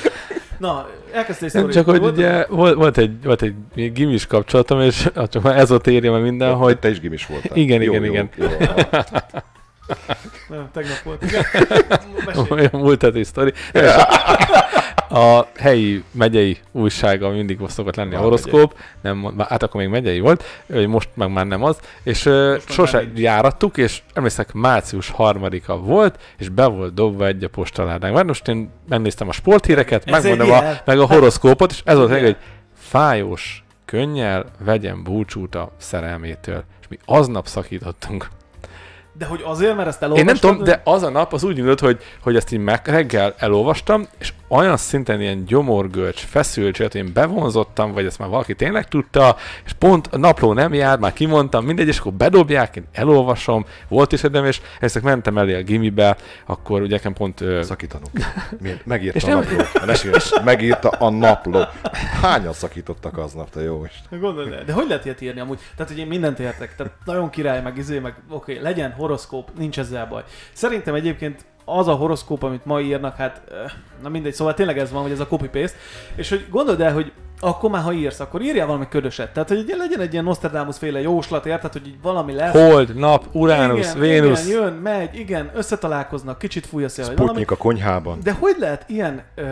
Na, elkezdtél
Nem
sztorit.
csak, hogy
Volt-
ugye volt, volt, egy, volt egy gimis kapcsolatom, és ah, csak már ezotérja, meg minden, hogy
Te is gimis voltál.
Igen, igen, igen.
Jó, jó.
Nem, tegnap volt. Igen. Mesélj.
olyan múlt heti sztori. Nem, és- a helyi megyei újsága mindig szokott lenni a
Már
horoszkóp, nem, bár- hát akkor még megyei volt, ö, most meg már nem az, és ö,
Most már
sose
nem így.
járattuk, és emlékszek, március harmadika volt, és be volt dobva egy a postaládánk. Már most én megnéztem a sporthíreket,
Ez egy
megmondom a,
jel.
meg a horoszkópot, és ez volt meg,
Igen.
hogy fájós, könnyel vegyen búcsút a szerelmétől. És mi aznap szakítottunk.
De hogy azért, mert ezt
Én
elolvastad?
nem tudom, de az a nap az úgy indult, hogy, hogy ezt így meg reggel elolvastam, és olyan szinten ilyen gyomorgölcs, feszültség, hogy én bevonzottam, vagy ezt már valaki tényleg tudta, és pont a napló nem jár, már kimondtam, mindegy, és akkor bedobják, én elolvasom, volt is edem, és ezt mentem elé a gimibe, akkor ugye nekem pont... Ö,
Szakítanunk. Miért? Megírta
És
a
nem-
napló. Ne sírj, megírta a napló. Hányan szakítottak aznap, te jó Isten?
Gondolod, el. de hogy lehet ilyet írni amúgy? Tehát, hogy én mindent értek. Tehát nagyon király, meg izé, meg oké, okay, legyen horoszkóp, nincs ezzel baj. Szerintem egyébként az a horoszkóp, amit ma írnak, hát eh, na mindegy, szóval tényleg ez van, hogy ez a copy-paste, és hogy gondold el, hogy akkor már, ha írsz, akkor írjál valami ködöset. Tehát, hogy egy- legyen egy ilyen Nostradamus féle jóslat, érted, hogy így valami lesz.
Hold, nap, Uranus,
igen,
Vénusz.
Igen, jön, megy, igen, összetalálkoznak, kicsit fúj a szél, vagy valami.
Putnyik a konyhában.
De hogy lehet ilyen ö,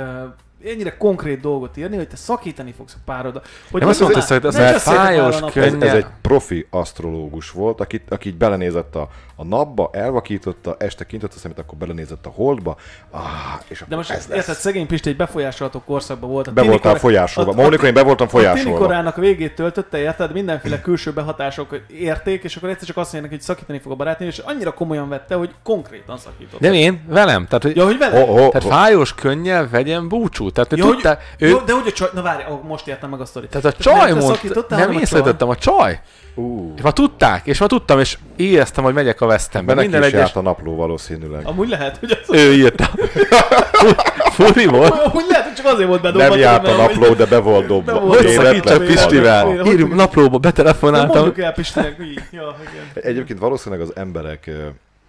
ennyire konkrét dolgot írni, hogy te szakítani fogsz a párodra? Hogy
Nem azt
igazán-
mondtad, hogy az
nem
egy
beszéltek
fájós
arra a napról.
könyv.
Ez, ez
Könnyen.
egy profi asztrológus volt, aki, aki így belenézett a, a napba, elvakította, este kintott a szemét, akkor belenézett a holdba, ah, és
De
akkor
most
ez lesz.
érted, szegény Pisti egy befolyásolható korszakban volt. A
Be voltál
tinikorá-
folyásolva.
a-
Ma én be voltam
A
folyásolva.
tinikorának végét töltötte, érted? Mindenféle külső behatások érték, és akkor egyszer csak azt mondják, hogy szakítani fog a barátnő, és annyira komolyan vette, hogy konkrétan szakított.
Nem én, velem. Tehát, hogy,
Ja, hogy vele?
Ho, ho,
tehát
ho.
fájós, könnyel vegyen búcsút. Tehát,
ja,
ja, tudta,
hogy,
ő,
jó, de hogy a csaj... Na várj, ó, most értem meg a sztorit.
Tehát a csaj
nem te
mondta,
szakítottál,
nem
hanem
én
a csaj.
szakítottam, a csaj.
Ú,
És ma tudták, és ma tudtam, és éreztem, hogy megyek a vesztembe.
Benne
Minden
is
egyes...
járt a napló valószínűleg.
Amúgy lehet, hogy az...
Ő írta. Furi volt.
Amúgy lehet, hogy csak azért volt bedobva.
Nem járt a
mert amúgy-
napló, de be volt dobva.
Be volt
Hogy
Véletlen
szakítsa
volt.
Pistivel?
Hogy-
Írjunk naplóba,
De
betelefonáltam.
mondjuk el Pistinek, hogy így. Ja, igen.
Egyébként valószínűleg az emberek ö,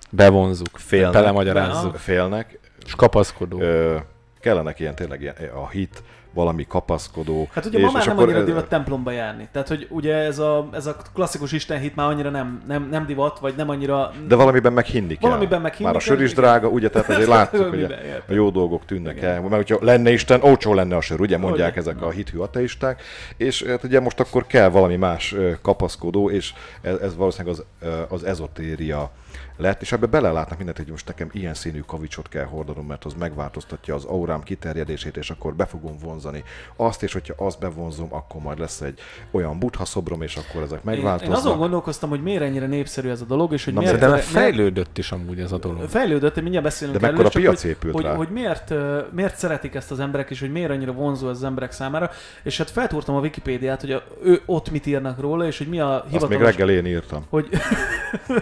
Bevonzuk,
Félnek.
belemagyarázzuk.
félnek,
És kapaszkodó.
ö, kellenek ilyen tényleg ilyen, a hit, valami kapaszkodó.
Hát ugye
és,
ma már
és
nem
akkor
annyira
ez-
divat templomba járni. Tehát, hogy ugye ez a, ez a klasszikus istenhit már annyira nem, nem, nem divat, vagy nem annyira...
De valamiben meg hinni kell.
Valamiben meg hinni
Már a sör
kell,
is
igen.
drága, ugye, tehát azért látjuk, hogy
Miben,
a- a
érted.
jó dolgok tűnnek el. Mert hogyha lenne Isten, olcsó lenne a sör, ugye mondják ezek a hithű ateisták. És hát ugye most akkor kell valami más ö, kapaszkodó, és ez, ez valószínűleg az, ö, az ezotéria lett, és ebbe belelátnak mindent, hogy most nekem ilyen színű kavicsot kell hordanom, mert az megváltoztatja az aurám kiterjedését, és akkor be fogom vonzani azt, és hogyha azt bevonzom, akkor majd lesz egy olyan butha szobrom, és akkor ezek
Én,
megváltoznak.
én azon gondolkoztam, hogy miért ennyire népszerű ez a dolog, és hogy
Na,
miért...
Szerintem
miért-
fejlődött is amúgy ez a dolog.
Fejlődött, én mindjárt beszélünk
De mekkora
erről, csak
piac
hogy,
épült
hogy,
rá?
hogy miért, ö, miért szeretik ezt az emberek, és hogy miért annyira vonzó ez az emberek számára. És hát feltúrtam a Wikipédiát, hogy a, ő ott mit írnak róla, és hogy mi a
Azt még
hivatalos
reggel én írtam.
hogy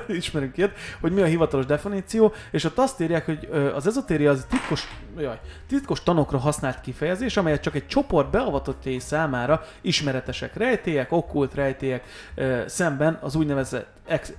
ismerünk ilyet, hogy mi a hivatalos definíció, és ott azt írják, hogy ö, az ezotéria az titkos, jaj, titkos tanokra használt kifejezés, amelyet csak egy csoport beavatottjai számára ismeretesek rejtélyek, okkult rejtélyek ö, szemben az úgynevezett ex-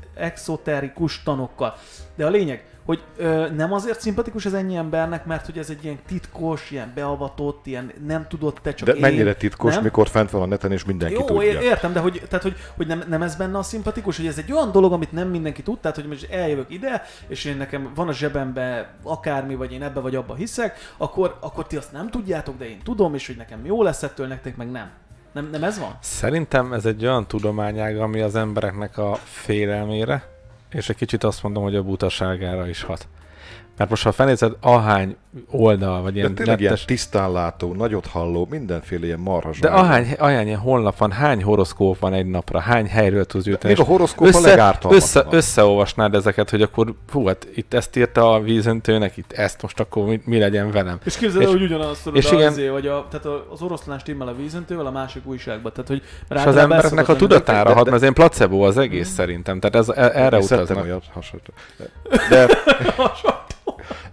exoterikus tanokkal. De a lényeg, hogy ö, nem azért szimpatikus ez ennyi embernek, mert hogy ez egy ilyen titkos, ilyen beavatott, ilyen nem tudott te csak
De
én,
mennyire titkos,
nem?
nem? mikor fent van a neten, és mindenki
Jó,
tudja.
ér- értem, de hogy, tehát, hogy, hogy nem, nem ez benne a szimpatikus, hogy ez egy olyan dolog, amit nem mindenki tud, tehát, hogy most eljövök ide, és én nekem van a zsebembe akármi, vagy én ebbe vagy abba hiszek, akkor, akkor ti azt nem tudjátok, de én tudom, és hogy nekem jó lesz ettől, nektek meg nem. Nem, nem ez van?
Szerintem ez egy olyan tudományág, ami az embereknek a félelmére, és egy kicsit azt mondom, hogy a butaságára is hat. Mert most ha felnézed, ahány oldal, vagy
De
ilyen
tényleg ilyen
netes-
tisztánlátó, nagyot halló, mindenféle ilyen marhas.
De ahány, ahány ilyen honlap van, hány horoszkóp van egy napra, hány helyről tudsz jutni.
még
és
a horoszkóp a legártalmatlan.
össze, összeolvasnád ezeket, hogy akkor fú, hát itt ezt írta a vízöntőnek, itt ezt, most akkor mi, mi legyen velem.
És képzeld el,
És-
hogy ugyanazt tudod,
és
és
igen.
igen, vagy a, tehát a- az oroszlán stimmel a vízöntővel, a másik újságban. Tehát, hogy
és az embereknek a
de-
tudatára
de-
hat, mert ez ilyen placebo az egész szerintem. Tehát ez, e- erre
Én szedtem
utaznak.
olyat hasonló. De,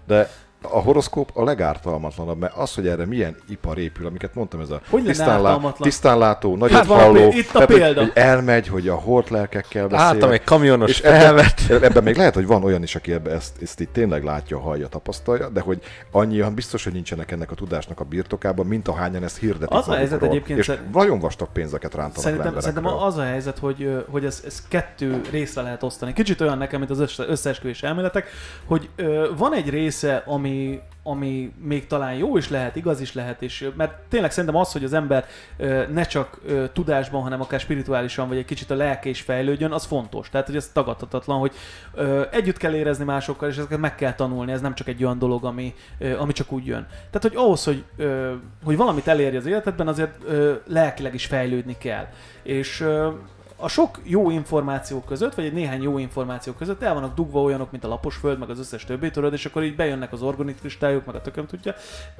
de a horoszkóp a legártalmatlanabb, mert az, hogy erre milyen ipar épül, amiket mondtam, ez a
Hogy lenne ártalmatlan?
tisztánlátó, nagyot
Hát van a
halló.
pé- itt a
tehát, hogy-
példa.
Hogy, elmegy, hogy a holt lelkekkel beszél.
Álltam egy kamionos
és ebben,
felvett.
ebben még lehet, hogy van olyan is, aki ebbe ezt, ezt így tényleg látja, hallja, tapasztalja, de hogy annyian biztos, hogy nincsenek ennek a tudásnak a birtokában, mint ahányan ezt hirdetik
Az a helyzet
magukról.
egyébként
És
szer-
nagyon vastag pénzeket rántanak
Szerintem,
le
szerintem
emberekről.
az a helyzet, hogy, ö, hogy ez, ez kettő részre lehet osztani. Kicsit olyan nekem, mint az össze- összeesküvés elméletek, hogy ö, van egy része, ami ami, ami még talán jó is lehet, igaz is lehet, és mert tényleg szerintem az, hogy az ember ö, ne csak ö, tudásban, hanem akár spirituálisan, vagy egy kicsit a lelke is fejlődjön, az fontos. Tehát, hogy ez tagadhatatlan, hogy ö, együtt kell érezni másokkal, és ezeket meg kell tanulni, ez nem csak egy olyan dolog, ami, ö, ami csak úgy jön. Tehát, hogy ahhoz, hogy, ö, hogy valamit elérj az életedben, azért ö, lelkileg is fejlődni kell. És ö, a sok jó információ között, vagy egy néhány jó információ között el vannak dugva olyanok, mint a lapos föld, meg az összes többi, tudod, és akkor így bejönnek az orgonit kristályok, meg a tököm tudja,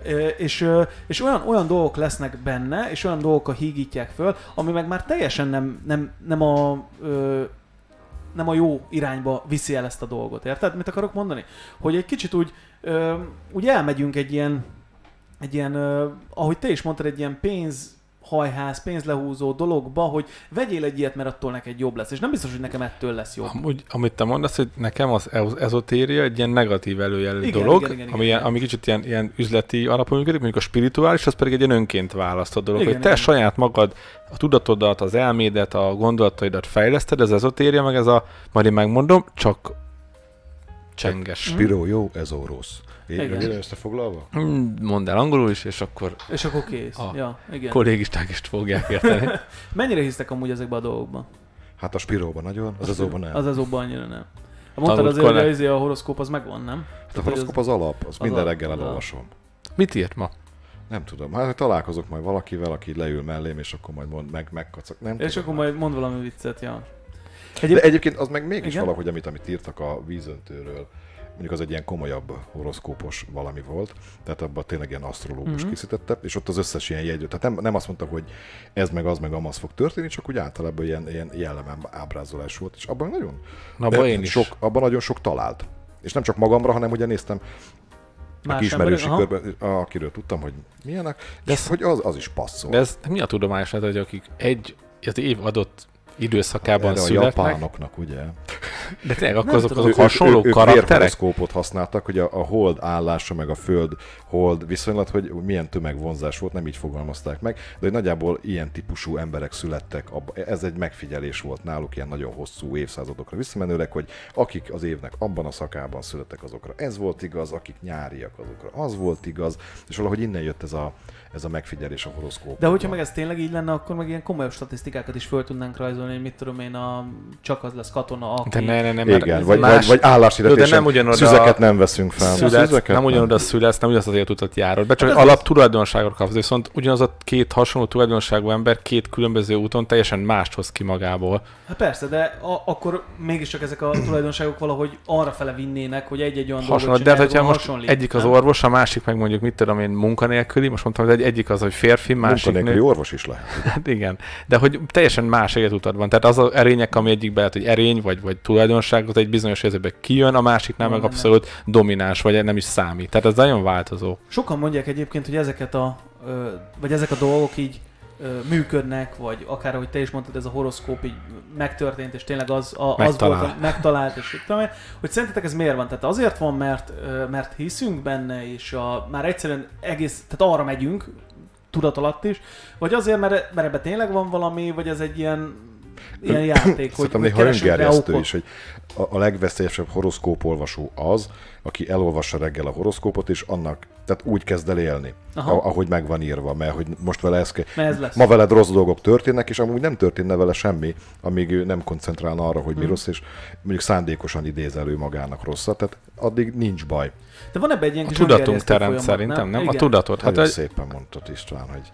Ö, és, ö, és olyan, olyan dolgok lesznek benne, és olyan dolgok a hígítják föl, ami meg már teljesen nem, nem, nem a ö, nem a jó irányba viszi el ezt a dolgot, érted? Mit akarok mondani? Hogy egy kicsit úgy, ö, úgy elmegyünk egy ilyen, egy ilyen, ö, ahogy te is mondtad, egy ilyen pénz, hajház, pénzlehúzó dologba, hogy vegyél egy ilyet, mert attól neked jobb lesz. És nem biztos, hogy nekem ettől lesz jobb.
Amúgy, amit te mondasz, hogy nekem az eu- ezotéria egy ilyen negatív előjelű
Igen,
dolog,
igen, igen,
ami,
igen.
ilyen, ami kicsit ilyen, ilyen üzleti alapon működik, mondjuk a spirituális, az pedig egy ilyen önként választott dolog,
Igen,
hogy te
igen.
saját magad a tudatodat, az elmédet, a gondolataidat fejleszted, ez ezotéria, meg ez a, majd én megmondom, csak csenges.
Mhm.
Spiro jó, ez rossz. Így
Igen.
röviden Mm. összefoglalva?
Mm, Mondd el angolul is, és akkor
És akkor kész.
Ah.
Ja, igen.
kollégisták is fogják érteni.
Mennyire hisztek amúgy ezekbe a dolgokba?
Hát a Spiróban nagyon, az Ezóban nem.
Az azokban annyira nem. Mondtad
Tanult
azért, hogy
korrekt.
az- a horoszkóp az megvan, nem?
Hát a horoszkóp az alap, az minden
alap,
reggel
az alap.
elolvasom.
Mit írt ma?
Nem tudom, hát találkozok majd valakivel, aki leül mellém, és akkor majd mond, meg, megkacak. Nem
És
tudom.
akkor majd mond valami viccet, ja.
De egyébként az meg mégis
Igen?
Igen? valahogy, amit, amit írtak a vízöntőről, mondjuk az egy ilyen komolyabb horoszkópos valami volt, tehát abban tényleg ilyen asztrológus
Mhm.
mm-hmm. készítette, és ott az összes ilyen jegyő, tehát nem, nem azt mondta, hogy ez meg az meg amaz fog történni, csak úgy általában ilyen, ilyen jellemem ábrázolás volt, és abban nagyon,
Na, abban
de
én is.
sok, abban nagyon sok talált. És nem csak magamra, hanem ugye néztem a
emberi-
ismerősi
aha.
körben, akiről tudtam, hogy milyenek, de és hogy az, az is passzol.
De ez mi a tudományos lehet, hogy akik egy az év adott időszakában
Erre a
születnek,
japánoknak, ugye?
de tényleg akkor
Nem
azok,
tudom.
azok
Ő- ők-
hasonló
ők- ők
karakterek?
vérhoroszkópot használtak, hogy a, a hold állása, meg a föld hold viszonylat, hogy milyen tömegvonzás volt, nem így fogalmazták meg, de hogy nagyjából ilyen típusú emberek születtek. Abba. Ez egy megfigyelés volt náluk, ilyen nagyon hosszú évszázadokra visszamenőleg, hogy akik az évnek abban a szakában születtek, azokra ez volt igaz, akik nyáriak, azokra az volt igaz, és valahogy innen jött ez a, ez a megfigyelés a horoszkóp.
De hogyha meg ez tényleg így lenne, akkor meg ilyen komolyabb statisztikákat is föl tudnánk rajzolni, hogy mit tudom én, a, csak az lesz katona, aki...
De ne, ne, ne, mert
igen,
ez
vagy,
más-
más... vagy, vagy álláshirdetésen
Jó, de nem ugyanoda-
szüzeket nem hát veszünk fel.
Születsz,
Szüzeket
nem ugyanoda születsz, nem ugyanazt az életutat járod, be csak
Hát
hát
ez
alap tulajdonságot kapsz, viszont ugyanaz a két hasonló tulajdonságú ember két különböző úton teljesen mást hoz ki magából.
Hát persze, de a, akkor mégiscsak ezek a tulajdonságok valahogy arra fele vinnének, hogy egy-egy olyan
Hasonló,
dolgot
de hát,
csinálj,
hogyha
ahol
most
hasonlít,
egyik az
nem?
orvos, a másik meg mondjuk, mit tudom én, munkanélküli, most mondtam, hogy egy, egyik az, hogy férfi, másik nő.
Munkanélküli orvos is lehet.
Hát igen, de hogy teljesen más életutad van. Tehát az a erények, ami egyikben lehet, hogy erény, vagy, vagy tulajdonság, az egy bizonyos helyzetben kijön, a másiknál meg
Nem, nem.
abszolút domináns, vagy nem is számít. Tehát ez nagyon változó.
Sokan mondják egyébként, hogy ezeket a, ö, vagy ezek a dolgok így ö, működnek, vagy akár ahogy te is mondtad, ez a horoszkóp így megtörtént, és tényleg az, a, az
Megtalál.
volt, hogy megtalált, és mit tudom én, hogy szerintetek ez miért van? Tehát azért van, mert, ö, mert hiszünk benne, és a, már egyszerűen egész, tehát arra megyünk, tudat alatt is, vagy azért, mert, mert ebben tényleg van valami, vagy ez egy ilyen, ilyen játék, hogy,
Szerintem
hogy
néha
keresünk rá
öngerjesztő
okot.
is, hogy a, a legveszélyesebb horoszkópolvasó az, aki elolvassa reggel a horoszkópot, és annak, tehát úgy kezd el élni,
Aha.
a- ahogy meg van írva, mert hogy most vele ez, ke-
Mert ez lesz.
ma veled rossz dolgok történnek, és amúgy nem történne vele semmi, amíg ő nem koncentrálna arra, hogy mi rossz, és mondjuk szándékosan idéz elő magának rosszat, tehát addig nincs baj.
De van ebben egy ilyen
A
kis
tudatunk
öngerjesztő
terem
folyamat,
szerintem, nem? A
Igen.
tudatod.
Hát
Hát
Nagyon
egy,
szépen mondtad István, hogy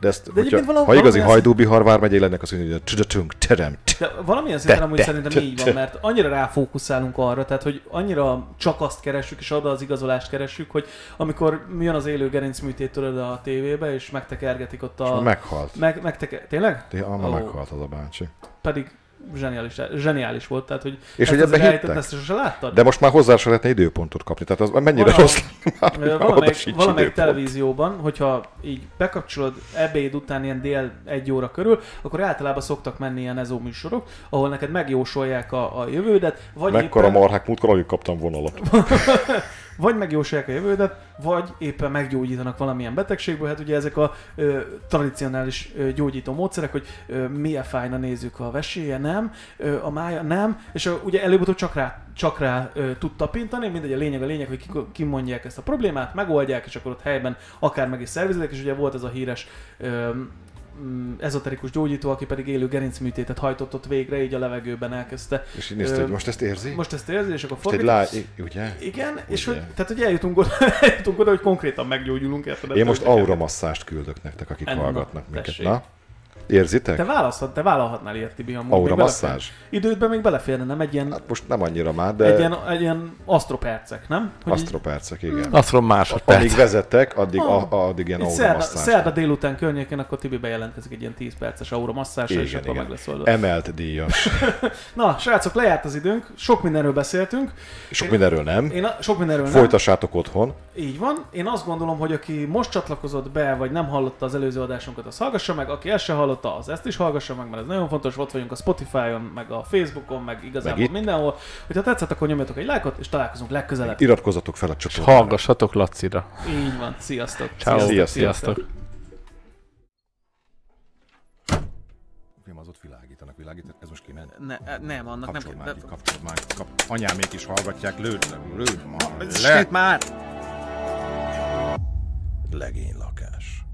de ezt, de
egyébként
hogyha,
valahol-
ha igazi
valahol ez-
hajdúbiharvár megy, lennek az, hogy a tudatunk teremt.
De valamilyen szinten amúgy
te,
szerintem
te,
így
te.
van, mert annyira ráfókuszálunk arra, tehát hogy annyira csak azt keressük, és oda az igazolást keressük, hogy amikor jön az élő gerincműtét tudod a tévébe, és megtekergetik ott
És
a...
meghalt.
Meg, megteker... Tényleg?
Té, Alma
Ó.
meghalt az a bácsi.
Pedig zseniális, zseniális volt, tehát hogy...
És hogy
ezt
ebben
azért elhitt-
hittek?
Ezt sose láttad?
De most már hozzá se lehetne időpontot kapni, tehát az mennyire
Valahol-
rossz
Ö,
lenne, már, oda
valamelyik,
sincs
valamelyik
időpont.
televízióban, hogyha így bekapcsolod ebéd után ilyen dél egy óra körül, akkor általában szoktak menni ilyen ezó műsorok, ahol neked megjósolják a, a jövődet, vagy
Mekkora
éppen...
marhák, múltkor alig kaptam vonalat.
vagy megjósolják a jövődet, vagy éppen meggyógyítanak valamilyen betegségből. Hát ugye ezek a ö, tradicionális ö, gyógyító módszerek, hogy ö, milyen fájna nézzük a veséje, nem, ö, a mája, nem, és a, ugye előbb-utóbb csak rá, csak rá ö, tud tapintani, mindegy, a lényeg a lényeg, hogy kik- kimondják ezt a problémát, megoldják, és akkor ott helyben akár meg is szervizitek, és ugye volt ez a híres ö, mm, ezoterikus gyógyító, aki pedig élő gerincműtétet hajtott ott végre, így a levegőben elkezdte.
És így nézted,
Ö,
hogy most ezt érzi? Most
Most ezt érzi, és akkor
egy
fordít.
lá... i- Ugye?
Igen, és hogy,
Ugye.
tehát hogy eljutunk oda, eljutunk oda, hogy konkrétan meggyógyulunk. Érted?
Én most
Ezeket.
auramasszást küldök nektek, akik
Enna,
hallgatnak minket.
tessék.
Na? Érzitek?
Te választhat, te vállalhatnál ilyet, Tibi, amúgy.
Aura
még
masszázs?
belefér. Idődben még beleférne, nem? Egy ilyen,
Hát most nem annyira már,
egy
de
ilyen, egy ilyen asztropercek, nem? Hogy Hm. így-
asztropercek, igen.
Azt mondom másodperc.
Amíg vezetek, addig, a,
Ah.
addig ilyen
így szerda,
auramasszázs.
szerda, délután környékén, akkor Tibi bejelentkezik egy ilyen 10 perces aura masszásra, és
Igen,
akkor
igen.
meg lesz oldva.
Emelt díjas.
Na, srácok, lejárt az időnk, sok mindenről beszéltünk.
Sok mindenről nem.
Én a, sok mindenről nem.
Folytassátok otthon.
Így van. Én azt gondolom, hogy aki most csatlakozott be, vagy nem hallotta az előző adásunkat, az hallgassa meg. Aki ezt se hallotta, az ezt is hallgassa meg, mert ez nagyon fontos. Ott vagyunk a Spotify-on, meg a Facebookon, meg igazából
Meg itt.
mindenhol. Hogyha tetszett, akkor nyomjatok egy lájkot, és találkozunk legközelebb.
Iratkozzatok fel a
És
csatornára.
hallgassatok Lacira.
Így van. Sziasztok.
Ciao.
Sziasztok.
Sziasztok.
Film az ott világítanak, világítanak, ez most kiment.
Ne, eh, nem, annak
Kapcsol már
nem
ki,
kell.
kapcsol már ki, kap... Anyámék is hallgatják, lőd, le, lőd, ma,
Süt
le.
már!
Legény lakás.